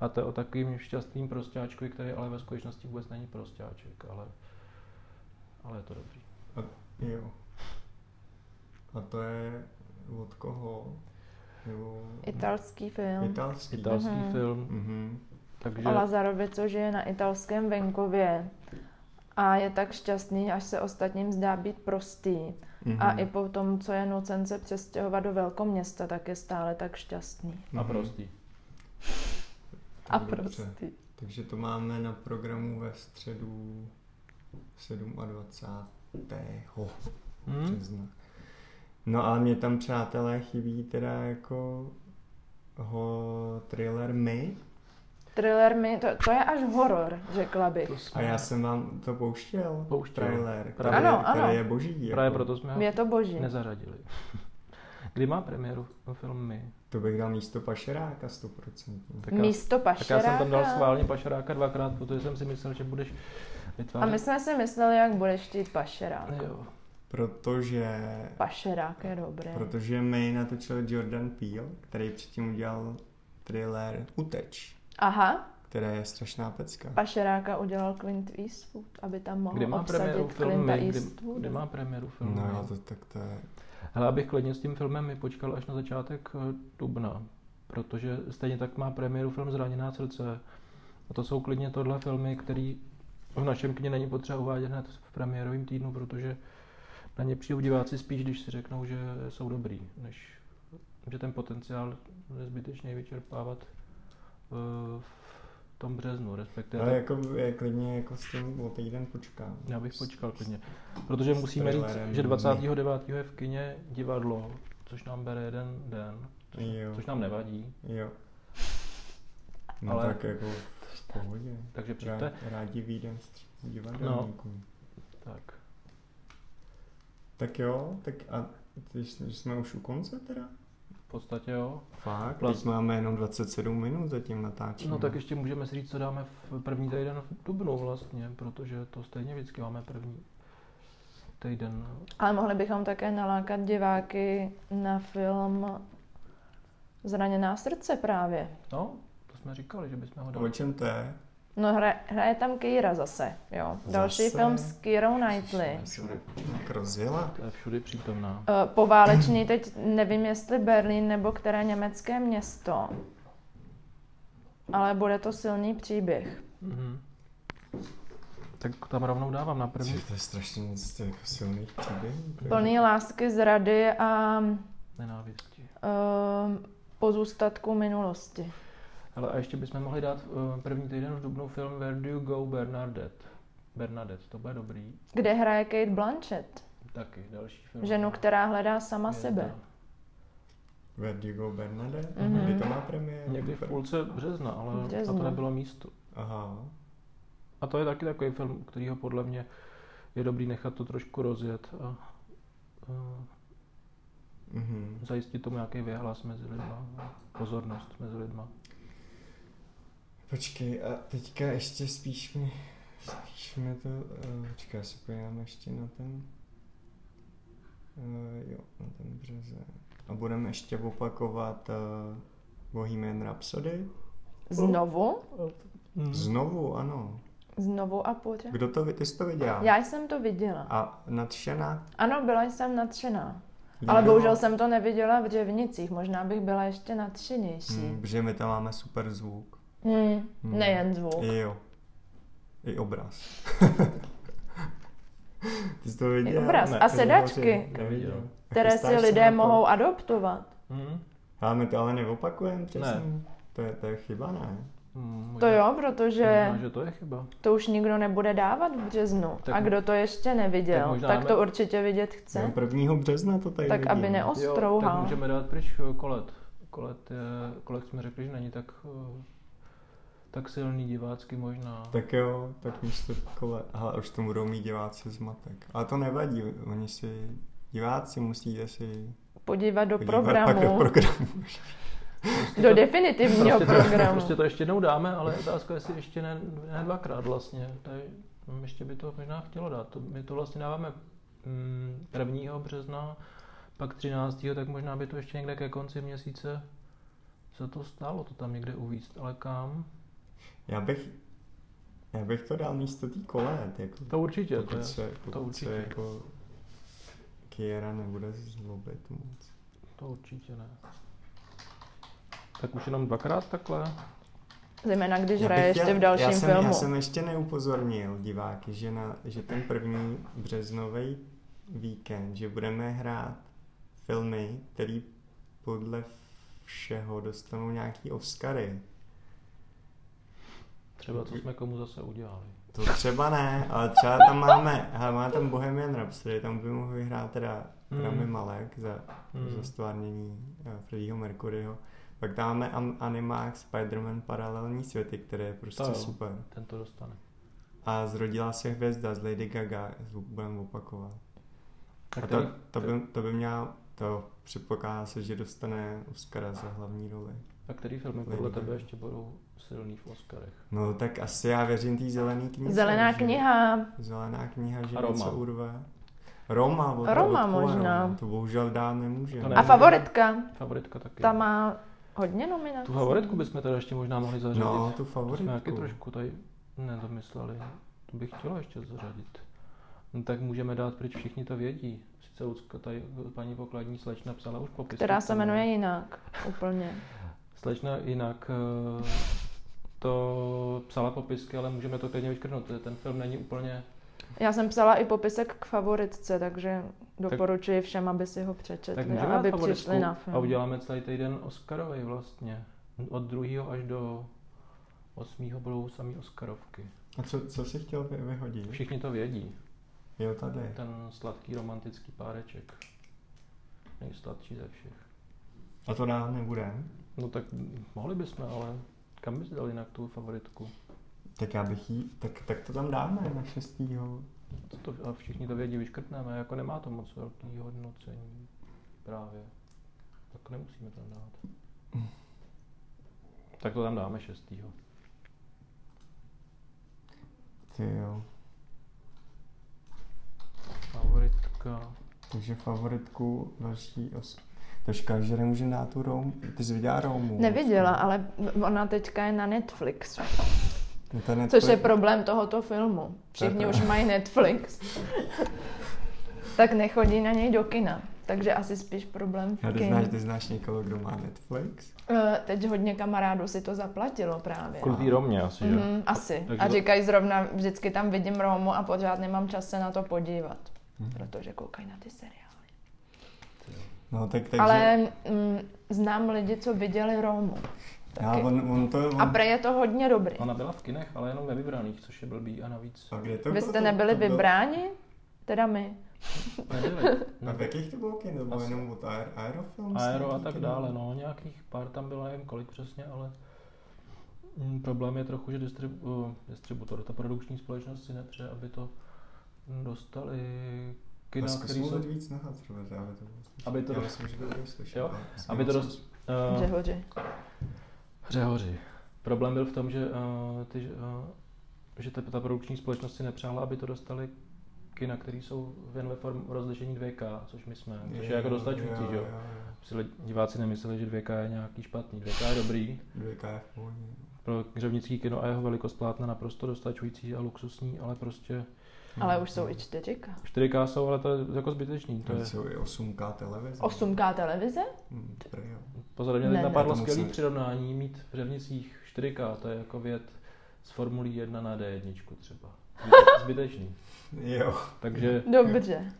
Speaker 2: A to je o takovým šťastným prostáčku, který ale ve skutečnosti vůbec není prostáček, ale, ale je to dobrý.
Speaker 1: Jo. A to je od koho? Nebo...
Speaker 3: Italský film.
Speaker 1: Italský.
Speaker 2: Italský
Speaker 3: Mhm.
Speaker 2: film,
Speaker 1: Mhm.
Speaker 2: takže
Speaker 3: O Lazarovi, co žije na italském venkově a je tak šťastný, až se ostatním zdá být prostý.
Speaker 1: Mhm.
Speaker 2: Hmm.
Speaker 3: A i po tom, co je nucen se přestěhovat do velkoměsta, tak je stále tak šťastný.
Speaker 2: a prostý.
Speaker 3: A
Speaker 1: Tak Mhm. dobře.
Speaker 3: prostý.
Speaker 1: Takže to máme na programu ve středu 27.
Speaker 2: Hm?
Speaker 1: března. No a mě tam, přátelé, chybí teda jako ho thriller My.
Speaker 3: Thriller mi, to, to je až horor, řekla bych.
Speaker 2: To
Speaker 1: A
Speaker 2: jsme-
Speaker 1: já jsem vám to pouštěl.
Speaker 2: Pouštěl.
Speaker 1: Trailer, který,
Speaker 2: Právě.
Speaker 3: Ano, ano.
Speaker 1: který je boží. jako.
Speaker 2: Právě proto jsme ho
Speaker 3: Je to boží.
Speaker 2: nezařadili. Kdy má premiéru film my?
Speaker 1: To bych dal místo pašeráka 100%.
Speaker 2: Tak já,
Speaker 3: Místo
Speaker 2: tak já
Speaker 3: pašeráka.
Speaker 2: jsem tam dal schválně pašeráka dvakrát, protože jsem si myslel, že budeš
Speaker 3: A
Speaker 2: vytvářet.
Speaker 3: my jsme si mysleli, jak budeš chtít pašerák.
Speaker 2: Jo.
Speaker 1: Protože,
Speaker 3: Pašerák je dobrý.
Speaker 1: protože my natočil Jordan Peele, který předtím udělal thriller Uteč,
Speaker 3: Aha,
Speaker 1: která je strašná pecka.
Speaker 3: pašeráka udělal Clint Eastwood, aby tam mohl
Speaker 2: Kdy má premiéru
Speaker 3: obsadit
Speaker 2: film
Speaker 3: Clinta
Speaker 2: my? Kdy, kdy
Speaker 3: Eastwooda.
Speaker 2: má premiéru film
Speaker 1: No
Speaker 2: My?
Speaker 1: jo, to, tak to je...
Speaker 2: Hele, abych klidně s tím filmem mi počkal až na začátek eh, dubna, protože stejně tak má premiéru film Zraněná srdce. A to jsou klidně tohle filmy, který v našem kně není potřeba uvádět hned v premiérovém týdnu, protože na ně přijdou diváci spíš, když si řeknou, že jsou dobrý, než že ten potenciál zbytečně vyčerpávat eh, v tom březnu, respektive.
Speaker 1: Ale
Speaker 2: tak-
Speaker 1: jako je klidně jako s tím o týden počkám.
Speaker 2: já bych počkal klidně. Protože musíme říct,
Speaker 1: trailerem
Speaker 2: že
Speaker 1: my.
Speaker 2: 29. je v kině divadlo, což nám bere jeden den, což,
Speaker 1: Jo.
Speaker 2: což nám nevadí,
Speaker 1: Jo. No
Speaker 2: Ale-
Speaker 1: Ale... tak jako v pohodě.
Speaker 2: takže
Speaker 1: Rád,
Speaker 2: přijďte.
Speaker 1: rádi výjdem s divadelníkům. No.
Speaker 2: Tak.
Speaker 1: Tak jo, tak a ty jsi- jsme už u konce teda?
Speaker 2: V podstatě jo.
Speaker 1: Fakt? Teď
Speaker 2: Vlastně.
Speaker 1: máme jenom 27 minut zatím natáčíme.
Speaker 2: No tak ještě můžeme si říct, co dáme v první týden v dubnu vlastně, protože to stejně vždycky máme první týden.
Speaker 3: Ale mohli bychom také nalákat diváky na film Zraněná srdce právě.
Speaker 2: No, to jsme říkali, že bychom ho
Speaker 1: A O
Speaker 2: dali.
Speaker 1: čem to je?
Speaker 3: No hra, hraje tam Kýra zase, jo. Další
Speaker 1: Zase?
Speaker 3: film s Kýrou Knightley.
Speaker 1: Já jsem tak rozjela.
Speaker 2: To je všudy přítomná.
Speaker 3: Eh, Poválečný, teď nevím jestli Berlín nebo které německé město. Ale bude to silný příběh.
Speaker 2: Mhm. Tak tam rovnou dávám na první.
Speaker 1: Cože, To je strašně moc to je jako silných příběhů.
Speaker 3: Plný lásky, zrady a eh,
Speaker 2: Nenávisti.
Speaker 3: uh, pozůstatku minulosti.
Speaker 2: Ale a ještě bychom mohli dát eh, první týden v Dubnu film Where Do You Go Bernadette. Bernadette, to bude dobrý.
Speaker 3: Kde hraje Kate Blanchett,
Speaker 2: Taky další film.
Speaker 3: ženu, která hledá sama
Speaker 2: Je to
Speaker 3: sebe.
Speaker 1: Where do you go, Bernadette?
Speaker 3: Mhm.
Speaker 1: Mm-hmm. Kdy to má premiéru?
Speaker 2: Někdy v půlce března, ale
Speaker 3: Března.
Speaker 2: na to nebylo místo.
Speaker 1: Aha.
Speaker 2: A to je taky takový film, kterýho podle mě je dobrý nechat to trošku rozjet a, a eh,
Speaker 1: Mhm.
Speaker 2: zajistit tomu nějaký vyhlas mezi lidma, pozornost mezi lidma.
Speaker 1: Počkej, a teďka ještě spíš mi, spíš mi to, uh, počkej, já se podívám ještě na ten, uh, jo, na ten březen. A budeme ještě opakovat uh, Bohemian Rhapsody?
Speaker 3: Znovu?
Speaker 1: Mm. Znovu, ano.
Speaker 3: Znovu a pořád.
Speaker 1: Kdo to, vi- ty jsi to viděla?
Speaker 3: Já jsem to viděla.
Speaker 1: A nadšená?
Speaker 3: Ano, byla jsem nadšená. Ale bohužel jsem to neviděla v Řevnicích, možná bych byla ještě nadšenější.
Speaker 1: Hmm, protože my tam máme super zvuk.
Speaker 3: Hmm. Nejen zvuk.
Speaker 1: I jo. I obraz. ty jsi to
Speaker 3: I
Speaker 1: viděl?
Speaker 3: obraz.
Speaker 1: Ne,
Speaker 3: A
Speaker 1: to
Speaker 3: sedačky,
Speaker 1: Neviděl.
Speaker 3: které
Speaker 1: Chystáš
Speaker 3: si
Speaker 1: se
Speaker 3: lidé
Speaker 1: na to?
Speaker 3: mohou adoptovat.
Speaker 2: Hmm?
Speaker 1: Ale my to ale neopakujeme přesně.
Speaker 2: Ne.
Speaker 1: To to je, to je chyba, ne?
Speaker 2: Hmm,
Speaker 3: To jo, protože
Speaker 2: Možná, že to je chyba.
Speaker 3: to už nikdo nebude dávat v březnu.
Speaker 2: Tak-
Speaker 3: A kdo to ještě
Speaker 2: tak
Speaker 3: neviděl,
Speaker 2: možná
Speaker 3: tak
Speaker 2: dáme-
Speaker 3: to určitě vidět
Speaker 1: Jo,
Speaker 3: chce.
Speaker 1: 1. března to tady
Speaker 3: Tak
Speaker 1: vidím.
Speaker 3: aby
Speaker 2: Jo, tak
Speaker 3: neostrouhal.
Speaker 2: můžeme dát pryč eh, kolet. Kolet, je, kolet jsme řekli, že není tak, eh, tak silný divácky možná.
Speaker 1: Tak jo, tak místo kole... Aha, už to budou mít diváci zmatek. Ale to nevadí, oni si... Diváci musí asi
Speaker 3: Podívat do
Speaker 1: podívat pak do
Speaker 3: programu,
Speaker 1: programu.
Speaker 3: do definitivního
Speaker 2: prostě, to,
Speaker 3: programu.
Speaker 2: prostě to ještě jednou dáme, ale otázka je, jestli ještě ne, ne dvakrát vlastně. Tady, hm, ještě by to možná chtělo dát. To, my to vlastně dáváme mm, 1. března, pak 13. tak možná by to ještě někde ke konci měsíce se to stálo to tam někde uvíct, ale kam?
Speaker 1: Já bych, já bych to dal místo té kolet, jako,
Speaker 2: To určitě, to je,
Speaker 1: pokud se, pokud to
Speaker 2: určitě.
Speaker 1: se jako Kiera nebude zlobit moc.
Speaker 2: to určitě ne. Tak už jenom dvakrát takhle?
Speaker 3: Zejména když
Speaker 1: Já bych
Speaker 3: hraje ještě
Speaker 1: chtěl-
Speaker 3: v dalším
Speaker 1: já jsem,
Speaker 3: filmu.
Speaker 1: Já jsem ještě neupozornil diváky, že, na, že ten první březnový víkend, že budeme hrát filmy, které podle všeho dostanou nějaký Oscary. Hm.
Speaker 2: Třeba co jsme komu zase udělali.
Speaker 1: To třeba ne, ale třeba tam máme, ale máme tam Bohemian Rhapsody, tam by mohl vyhrát teda
Speaker 2: Hmm.
Speaker 1: Rami Malek za,
Speaker 2: Hmm.
Speaker 1: za stvárnění eh, Freddieho Mercuryho. Pak tam máme Am- Animák, Spider-Man, Paralelní světy, které je prostě
Speaker 2: To jo.
Speaker 1: super.
Speaker 2: Ten to dostane.
Speaker 1: A zrodila se hvězda z Lady Gaga, budeme opakovat.
Speaker 2: Tak
Speaker 1: A to,
Speaker 2: který,
Speaker 1: to, by, to by měla, to předpokládá se, že dostane Oscara za hlavní roli.
Speaker 2: a který filmy
Speaker 1: Lady
Speaker 2: podle tebe
Speaker 1: Gaga.
Speaker 2: ještě budou silný v Oscarech?
Speaker 1: No tak asi já věřím té zelený knize.
Speaker 3: Zelená
Speaker 1: že-
Speaker 3: kniha,
Speaker 1: Zelená kniha, že
Speaker 2: A Roma.
Speaker 1: něco urve. Roma, od,
Speaker 3: Roma
Speaker 1: od Cuarona.
Speaker 3: možná.
Speaker 1: To bohužel dát nemůže.
Speaker 2: To ne.
Speaker 3: A favoritka,
Speaker 2: Favoritka taky.
Speaker 3: ta má hodně nominací.
Speaker 2: Tu favoritku bychom teda ještě možná mohli zařadit.
Speaker 1: No, tu
Speaker 2: to jsme taky
Speaker 1: favoritku.
Speaker 2: trošku tady nedomysleli. To bych chtěla ještě zařadit. No, tak můžeme dát pryč, všichni to vědí. Sice Lucka tady paní pokladní slečna psala už popis.
Speaker 3: Která se
Speaker 2: filmu.
Speaker 3: jmenuje jinak, úplně.
Speaker 2: Slečna jinak eh, to psala popisky, ale můžeme to klidně vyškrtnout. protože Ten film není úplně...
Speaker 3: Já jsem psala i popisek k favoritce, takže doporučuji všem, aby si ho
Speaker 2: tak
Speaker 3: přečetli
Speaker 2: můžeme
Speaker 3: a aby
Speaker 2: dát favoritku
Speaker 3: přišli na
Speaker 2: A
Speaker 3: film.
Speaker 2: uděláme celý týden Oscarový vlastně. Od 2. až do 8. budou samý Oscarovky.
Speaker 1: A co, co jsi chtěl vy- vyhodit?
Speaker 2: Všichni to vědí.
Speaker 1: Jo, tady.
Speaker 2: Ten sladký romantický páreček. Nejsladší ze všech.
Speaker 1: A to dát nebude.
Speaker 2: No tak mohli bychom, ale kam bys dal jinak tu favoritku?
Speaker 1: Tak já bych jí, tak, tak to tam dáme na šestýho.
Speaker 2: Co to, a všichni to vědí, vyškrtneme, jako nemá to moc velký hodnocení právě. Tak nemusíme tam dát. Tak to tam dáme šestýho.
Speaker 1: Ty jo.
Speaker 2: Favoritka.
Speaker 1: Takže favoritku další os. To škoda, že nemůžu dát tu Romu. Ty jsi viděla Romu?
Speaker 3: Neviděla, ale ona teďka je na Netflix,
Speaker 1: No to je
Speaker 3: což je
Speaker 1: Netflix.
Speaker 3: problém tohoto filmu. Všichni
Speaker 1: Tak.
Speaker 3: už mají Netflix. Tak nechodí na něj do kina, takže asi spíš problém
Speaker 1: Já
Speaker 3: v
Speaker 1: ty znáš,
Speaker 3: kin.
Speaker 1: ty znáš někoho, kdo má Netflix?
Speaker 3: Eh, Teď hodně kamarádů si to zaplatilo právě.
Speaker 2: Kvůli té Romě asi, že?
Speaker 3: Mhm, asi.
Speaker 2: Takže
Speaker 3: A
Speaker 2: to-
Speaker 3: říkají zrovna, vždycky tam vidím Romu a pořád nemám čas se na to podívat,
Speaker 1: Mhm.
Speaker 3: protože koukají na ty seriály.
Speaker 1: No tak takže...
Speaker 3: Ale mm, znám lidi, co viděli Romu.
Speaker 1: já,
Speaker 3: Taky.
Speaker 1: on, on to... On...
Speaker 3: A pre je to hodně dobrý.
Speaker 1: No,
Speaker 2: Ona byla v kinech, ale jenom ve vybraných, což je blbý a navíc.
Speaker 1: A kde to
Speaker 3: Vy
Speaker 1: bylo?
Speaker 3: jste
Speaker 1: To-
Speaker 3: nebyli
Speaker 1: to bylo-
Speaker 3: vybráni? Teda my.
Speaker 2: Nebyly.
Speaker 1: A v jakých to bylo kin? To bylo
Speaker 2: Asi-
Speaker 1: jenom od Aer- Aerofilm?
Speaker 2: Aero a tak dále, no, nějakých pár tam bylo, nevím kolik přesně, ale mm, problém je trochu, že distribu, eh, distributor, ta produkční společnost si nepřeje, aby to dostali
Speaker 1: Kina,
Speaker 2: kina,
Speaker 1: Dneska
Speaker 2: který
Speaker 1: jsou...
Speaker 2: jsou,
Speaker 1: víc nahat, třeba, aby to bylo slyšet.
Speaker 2: Aby to
Speaker 1: Já
Speaker 2: dost-
Speaker 1: myslím, že to bylo slyšet.
Speaker 2: Jo,
Speaker 1: ale asi
Speaker 2: aby to
Speaker 1: moc
Speaker 2: dost-
Speaker 1: ne.
Speaker 2: eh,
Speaker 3: Řehoři.
Speaker 2: Řehoři. Problém byl v tom, že, eh, ty, eh, že ta, ta produkční společnost si nepřála, aby to dostali kina, které jsou jen ve form rozlišení 2K, což my jsme, což je jako
Speaker 1: Jo,
Speaker 2: dostačující,
Speaker 1: jo,
Speaker 2: že jo.
Speaker 1: jo, jo.
Speaker 2: Si lidi- diváci nemysleli, že 2K je nějaký špatný, 2K je dobrý,
Speaker 1: Dvě KF pohodě.
Speaker 2: Pro křevnický kino a jeho velikost plátna naprosto dostačující a luxusní, ale prostě
Speaker 1: No.
Speaker 3: Ale už jsou i 4K.
Speaker 2: 4K jsou, ale to je jako zbytečný. To je,
Speaker 1: To jsou i 8K televize.
Speaker 3: 8K televize?
Speaker 1: Hm, to je jo.
Speaker 2: pozor, mě
Speaker 3: Ne,
Speaker 2: teď
Speaker 3: ne.
Speaker 2: napadlo
Speaker 1: To musím-
Speaker 2: skvělý přirovnání mít v řevnicích 4K, to je jako věd z Formulí 1 na D1 třeba. Zbyte- Zbytečný.
Speaker 1: Jo.
Speaker 2: Takže
Speaker 3: Dobře.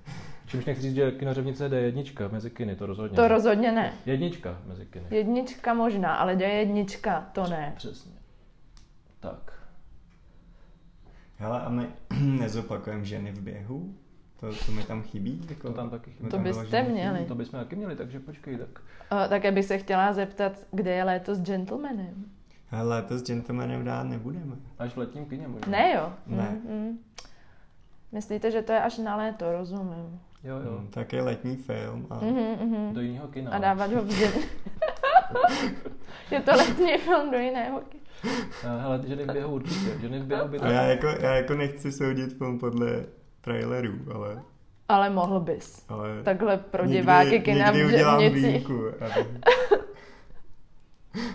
Speaker 2: Čímž nechci říct, že kinořevnice je jednička mezi kiny, to
Speaker 1: No.
Speaker 2: rozhodně.
Speaker 3: To
Speaker 2: ne.
Speaker 3: rozhodně ne.
Speaker 2: Jednička mezi kiny.
Speaker 3: Jednička možná, ale D jednička, to ne.
Speaker 2: Přesně. Tak.
Speaker 1: Hele, a my nezopakujeme ženy v běhu? To, to mi tam chybí? Jako,
Speaker 2: To tam taky chybí.
Speaker 1: mi
Speaker 3: To
Speaker 1: tam bylo
Speaker 3: byste
Speaker 1: ženy-
Speaker 3: měli.
Speaker 2: To bychom taky měli, takže počkej, tak.
Speaker 3: O, také bych se chtěla zeptat, kde je léto s gentlemanem?
Speaker 1: Hele, to s gentlemanem dát nebudeme.
Speaker 2: Až v letním kyně možná.
Speaker 3: Ne jo?
Speaker 1: Ne.
Speaker 3: Mm, mm. Myslíte, že to je až na léto, rozumím.
Speaker 2: Jo, jo.
Speaker 1: Hmm, tak je letní film a
Speaker 3: Mhm, mhm.
Speaker 2: Do jiného kina. no.
Speaker 3: A
Speaker 1: No.
Speaker 3: dávat ho v zimě. je to letní film do jiného. kina.
Speaker 2: Eh, Hele, ženy v běhu určitě. Ženy v běhu
Speaker 3: No.
Speaker 2: by
Speaker 1: A já jako, já jako nechci soudit film podle trailerů, ale,
Speaker 3: Ale mohl bys.
Speaker 1: ale
Speaker 3: Takhle pro
Speaker 1: někdy-
Speaker 3: diváky kina v
Speaker 1: někdy udělám
Speaker 3: Žebnicích.
Speaker 1: výjimku. aby-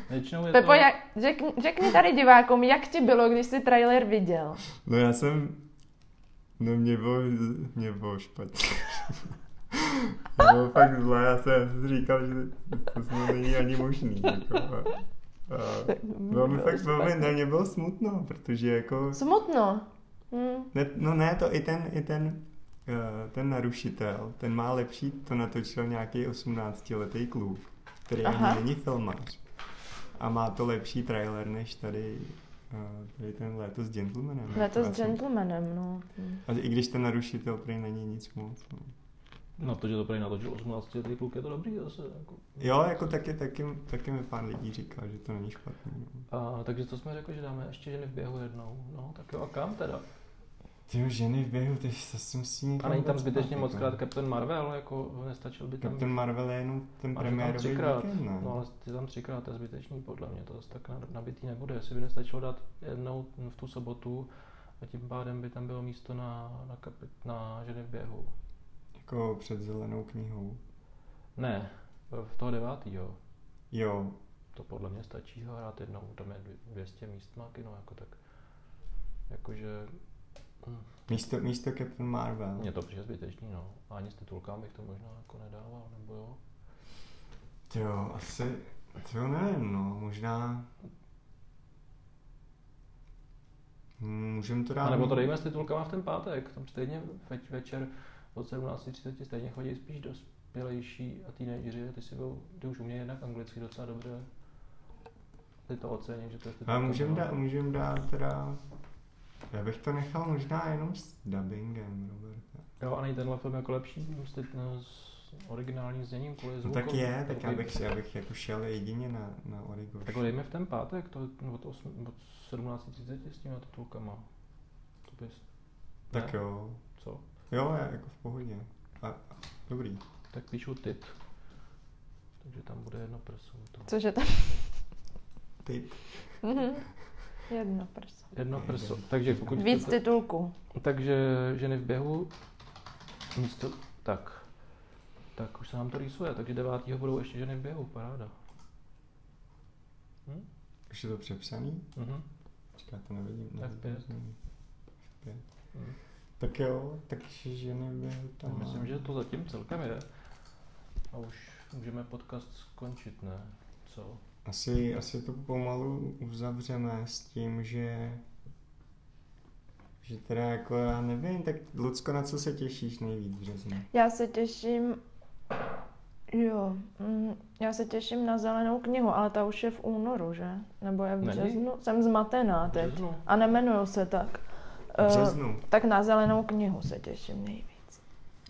Speaker 2: Většinou je
Speaker 3: Pepo,
Speaker 2: to...
Speaker 3: jak, řekni, řekni tady divákům, jak ti bylo, když jsi trailer viděl.
Speaker 1: No já jsem... No mě bylo, mě bylo špatně. Mě bylo fakt zlé, já jsem říkal, že to snad není ani možný. Jako. A, a bylo mi fakt velmi, ne, mě bylo smutno, protože jako...
Speaker 3: Smutno. Hm.
Speaker 1: Ne, no ne, to i ten, i ten, eh, ten narušitel, ten má lepší, to natočil nějaký 18-letý kluk, který Aha.
Speaker 3: Aha.
Speaker 1: ani není filmář. A má to lepší trailer než tady, eh, tady ten Léto s gentlemanem.
Speaker 3: Leto
Speaker 1: Hm, Já
Speaker 3: s
Speaker 1: jsem-
Speaker 3: gentlemanem, no. Hm.
Speaker 1: a i když ten narušitel prý není nic moc. No.
Speaker 2: No to, že to prý natočil 18 letý kluk, je to dobrý zase. Jako.
Speaker 1: Jo, jako taky, taky, taky mi pár lidí říká, že to není špatný. No.
Speaker 2: A, takže to jsme řekli, že dáme ještě ženy v běhu jednou. No, tak jo, a kam teda?
Speaker 1: Ty jo, ženy v běhu, teď to jsem si někam
Speaker 2: A není vlastně tam
Speaker 1: moc
Speaker 2: zbytečně
Speaker 1: nafikl.
Speaker 2: moc krát Captain Marvel, jako nestačil by tam...
Speaker 1: Captain Marvel je jenom ten
Speaker 2: A že tam
Speaker 1: premiérový
Speaker 2: třikrát,
Speaker 1: víkend, ne?
Speaker 2: no ale je tam třikrát, to je zbytečný podle mě, to zase tak na- nabitý nebude, jestli by nestačilo dát jednou v tu sobotu a tím pádem by tam bylo místo na, na, kapit, na ženy v běhu.
Speaker 1: Jako před zelenou knihou.
Speaker 2: Ne, v toho devátýho,
Speaker 1: Jo,
Speaker 2: to podle mě stačí ho hrát jednou, tam je dvě- 200 míst má kino, jako tak, jakože
Speaker 1: místo, místo Captain Marvel.
Speaker 2: mě to přijde zbytečný, no, a ani s titulkám bych to možná jako nedával, nebo jo.
Speaker 1: Ty jo, asi, ty jo, nevím, no, možná... Hmm, Můžem to dát...
Speaker 2: A nebo to dejme s titulkama v ten pátek, tam stejně več, večer od 17.30 stejně chodí spíš dospělejší a teenageři, a ty si byl, ty už umějí jednak anglicky docela dobře. Ty to ocení, že to
Speaker 1: Ale
Speaker 2: je titulkama.
Speaker 1: můžem dát, můžem dát teda... Já bych to nechal možná jenom s dubbingem, Roberta.
Speaker 2: Jo, a není tenhle film jako lepší s, ty, no, s originálním zněním kvůli
Speaker 1: No
Speaker 2: zvuku.
Speaker 1: tak je, tak já bych, já bych jako šel jedině na, na Origo.
Speaker 2: Tak ho dejme v ten pátek, to je od, osm- od 17.30 s těma titulkama. To bys,
Speaker 1: Tak
Speaker 2: ne?
Speaker 1: jo.
Speaker 2: Co?
Speaker 1: Jo, já jako v pohodě. A, a- dobrý.
Speaker 2: Tak píšu tip. Takže tam bude jedno prsunuto.
Speaker 3: Cože tam?
Speaker 1: Ty,
Speaker 3: Mhm. Jedno prso.
Speaker 2: Jedno
Speaker 1: Nejde.
Speaker 2: prso. Takže pokud
Speaker 3: Víc
Speaker 2: chcete-
Speaker 3: titulků.
Speaker 2: Takže ženy v běhu místo... Tak. Tak už se nám to rýsuje, takže 9. budou ještě ženy v běhu, paráda. Hm?
Speaker 1: už je to přepsaný?
Speaker 2: Mhm.
Speaker 1: Čeká, to nevidím.
Speaker 2: F5.
Speaker 1: nevidím. F5.
Speaker 2: Mm.
Speaker 1: Tak jo, takže ženy běhu
Speaker 2: Tak
Speaker 1: tam.
Speaker 2: myslím, že to zatím celkem je. A už můžeme podcast skončit, ne? Co?
Speaker 1: Asi, asi to pomalu uzavřeme s tím, že že teda jako já nevím, tak Lucko, na co se těšíš nejvíc v březnu?
Speaker 3: Já se těším... Jo, mm, já se těším na zelenou knihu, ale ta už je v únoru, že? Nebo je v
Speaker 2: Není?
Speaker 3: březnu? Jsem zmatená
Speaker 2: V
Speaker 3: teď.
Speaker 2: březnu?
Speaker 3: A nemenuju se tak.
Speaker 1: V
Speaker 3: Eh,
Speaker 1: březnu.
Speaker 3: tak na zelenou knihu se těším nejvíc.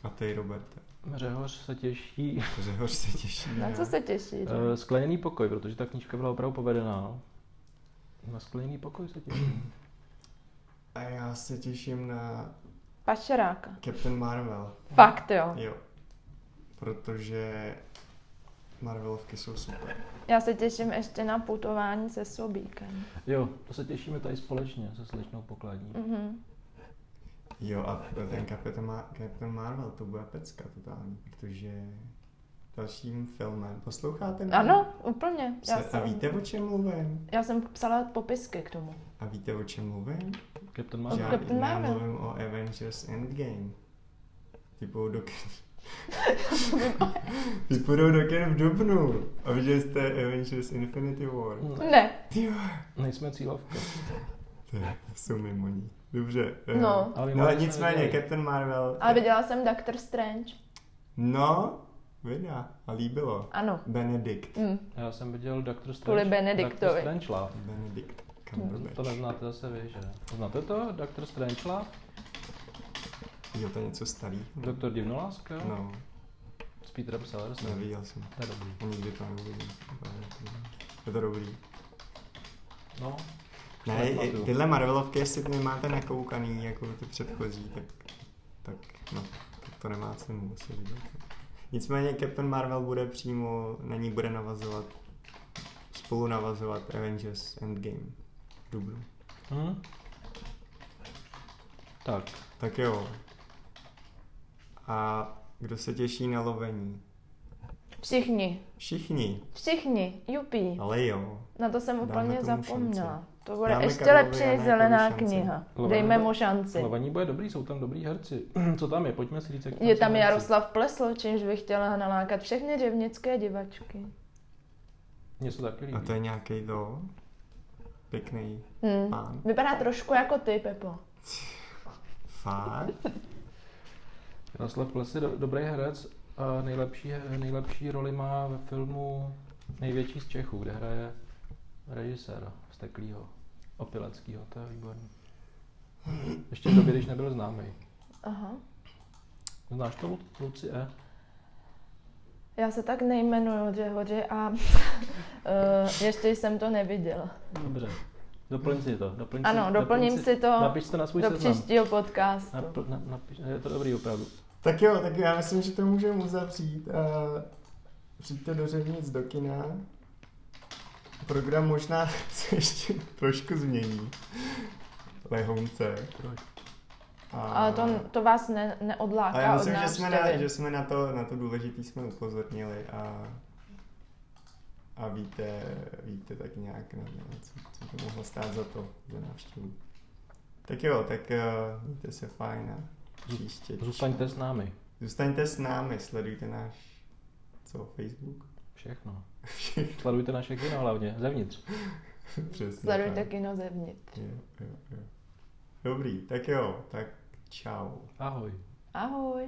Speaker 1: A ty, Roberte,
Speaker 2: Řehoř se těší.
Speaker 1: Řehoř se těší.
Speaker 3: Na
Speaker 1: ne?
Speaker 3: co se těšíš?
Speaker 2: Eh, Skleněný pokoj, protože ta knížka byla opravdu povedená. Na skleněný pokoj se těším.
Speaker 1: A já se těším na
Speaker 3: Pašeráka.
Speaker 1: Captain Marvel.
Speaker 3: Fakt jo.
Speaker 1: Jo. Protože Marvelovky jsou super.
Speaker 3: Já se těším ještě na putování se sobíkem.
Speaker 2: Jo, to se těšíme tady společně se slečnou pokladní.
Speaker 3: Mhm.
Speaker 1: Jo a ten Captain, Ma- Captain Marvel, to bude pecka totální, protože dalším filmem, posloucháte mě?
Speaker 3: Ano, úplně. Já
Speaker 1: Se, a
Speaker 3: jsem,
Speaker 1: víte, o čem mluvím?
Speaker 3: já jsem psala popisky k tomu.
Speaker 1: A víte, o čem mluvím?
Speaker 2: Captain
Speaker 1: Že
Speaker 2: Marvel.
Speaker 1: já,
Speaker 3: Captain
Speaker 1: já
Speaker 3: Marvel.
Speaker 1: mluvím o Avengers Endgame. Ty půjdou do kin. Ty půjdou do kin v Dubnu. A
Speaker 3: Hmm.
Speaker 1: viděli jste Avengers Infinity War.
Speaker 2: Hm.
Speaker 3: Ne,
Speaker 1: Ty jo,
Speaker 2: Nejsme cílovka.
Speaker 1: To je- jsou mimo ní. Dobře. eh,
Speaker 3: No.
Speaker 2: Ale, my
Speaker 1: Ale
Speaker 2: jsme
Speaker 1: nicméně,
Speaker 2: neviděli.
Speaker 1: Captain Marvel.
Speaker 3: Ale viděla jsem Doctor Strange.
Speaker 1: No, vydá. A líbilo.
Speaker 3: Ano.
Speaker 1: Benedikt.
Speaker 3: Mm.
Speaker 2: Já jsem viděl Doctor Strange.
Speaker 3: Kvůli Benediktovi.
Speaker 2: Doctor Strange Love.
Speaker 1: Benedikt Cumberbatch.
Speaker 2: To
Speaker 3: Hmm.
Speaker 2: neznáte zase vy, že? Znáte to? Doctor Strange Love?
Speaker 1: Jo, to je něco starý.
Speaker 2: Doktor Divnoláska?
Speaker 1: No,
Speaker 2: S Peterem Sellersem.
Speaker 1: neviděl jsem.
Speaker 2: To je dobrý.
Speaker 1: A Nikdy to neuvidím. Úplně nevidím. Je to dobrý.
Speaker 2: No,
Speaker 1: Ne, i- i tyhle Marvelovky, jestli to nemáte nakoukaný, jako ty předchozí, tak, tak no, tak to nemá cenu asi vidět. Nicméně Captain Marvel bude přímo, na ní bude navazovat, spolu navazovat Avengers Endgame v dubnu.
Speaker 2: Hm? Tak,
Speaker 1: Tak jo. A kdo se těší na lovení?
Speaker 3: Všichni.
Speaker 1: Všichni,
Speaker 3: Všichni. Jupí.
Speaker 1: ale jo.
Speaker 3: Na to jsem
Speaker 1: No, Dáme
Speaker 3: úplně
Speaker 1: tomu
Speaker 3: zapomněla. To bude
Speaker 1: Dáme
Speaker 3: ještě
Speaker 1: Karlovi
Speaker 3: lepší
Speaker 1: a
Speaker 3: než
Speaker 1: Janákovi
Speaker 3: zelená
Speaker 1: šanci.
Speaker 3: kniha.
Speaker 2: Lovaný
Speaker 3: Dejme
Speaker 2: bude-
Speaker 3: mu šanci.
Speaker 2: Lovaní bude dobrý, jsou tam dobrý herci. Co tam je? Pojďme si říct, jak
Speaker 3: Je
Speaker 2: jsou
Speaker 3: tam
Speaker 2: herci.
Speaker 3: Jaroslav Plesl, čímž bych chtěla nalákat všechny řevnické divačky.
Speaker 2: Mně se taky líbí.
Speaker 1: A to je nějaký to pěkný
Speaker 3: Hmm.
Speaker 1: pán.
Speaker 3: Vypadá trošku jako ty, Pepo.
Speaker 1: Fakt?
Speaker 2: Jaroslav Ples je do, dobrý herec a nejlepší, nejlepší roli má ve filmu Největší z Čechů, kde hraje režisér Steklýho, Opileckýho, to je výborný. Ještě v době, když nebyl známý.
Speaker 3: Aha.
Speaker 2: Znáš to, Lu- Luci E?
Speaker 3: Já se tak nejmenuju, že hoři a uh, ještě jsem to neviděla.
Speaker 2: Dobře. Doplň si to. Doplň si,
Speaker 3: Ano, doplním si to
Speaker 2: Napiš to na svůj
Speaker 3: do
Speaker 2: seznam.
Speaker 3: příštího podcastu.
Speaker 2: Napl, na, napiš, je to dobrý opravdu.
Speaker 1: Tak jo, tak já myslím, že to můžeme uzavřít. A přijďte do Řevnic do kina. Program možná se ještě trošku změní. Lehounce. A,
Speaker 3: Ale to, to vás ne, neodláká
Speaker 1: a já myslím,
Speaker 3: od
Speaker 1: že jsme, na,
Speaker 3: návštěvy.
Speaker 1: že jsme na to, na to důležitý jsme upozornili a, a víte, víte tak nějak, na, na co, co to mohlo stát za to, za návštěvu. Tak jo, tak uh, mějte se fajn a příště.
Speaker 2: Zůstaňte s námi.
Speaker 1: Zůstaňte s námi, sledujte náš co, Facebook?
Speaker 2: Všechno. Sledujte naše kino hlavně, zevnitř.
Speaker 1: Přesně.
Speaker 3: Sledujte
Speaker 1: tak.
Speaker 3: kino zevnitř.
Speaker 1: Jo, jo, jo. Dobrý, tak jo, tak čau.
Speaker 2: Ahoj.
Speaker 3: Ahoj.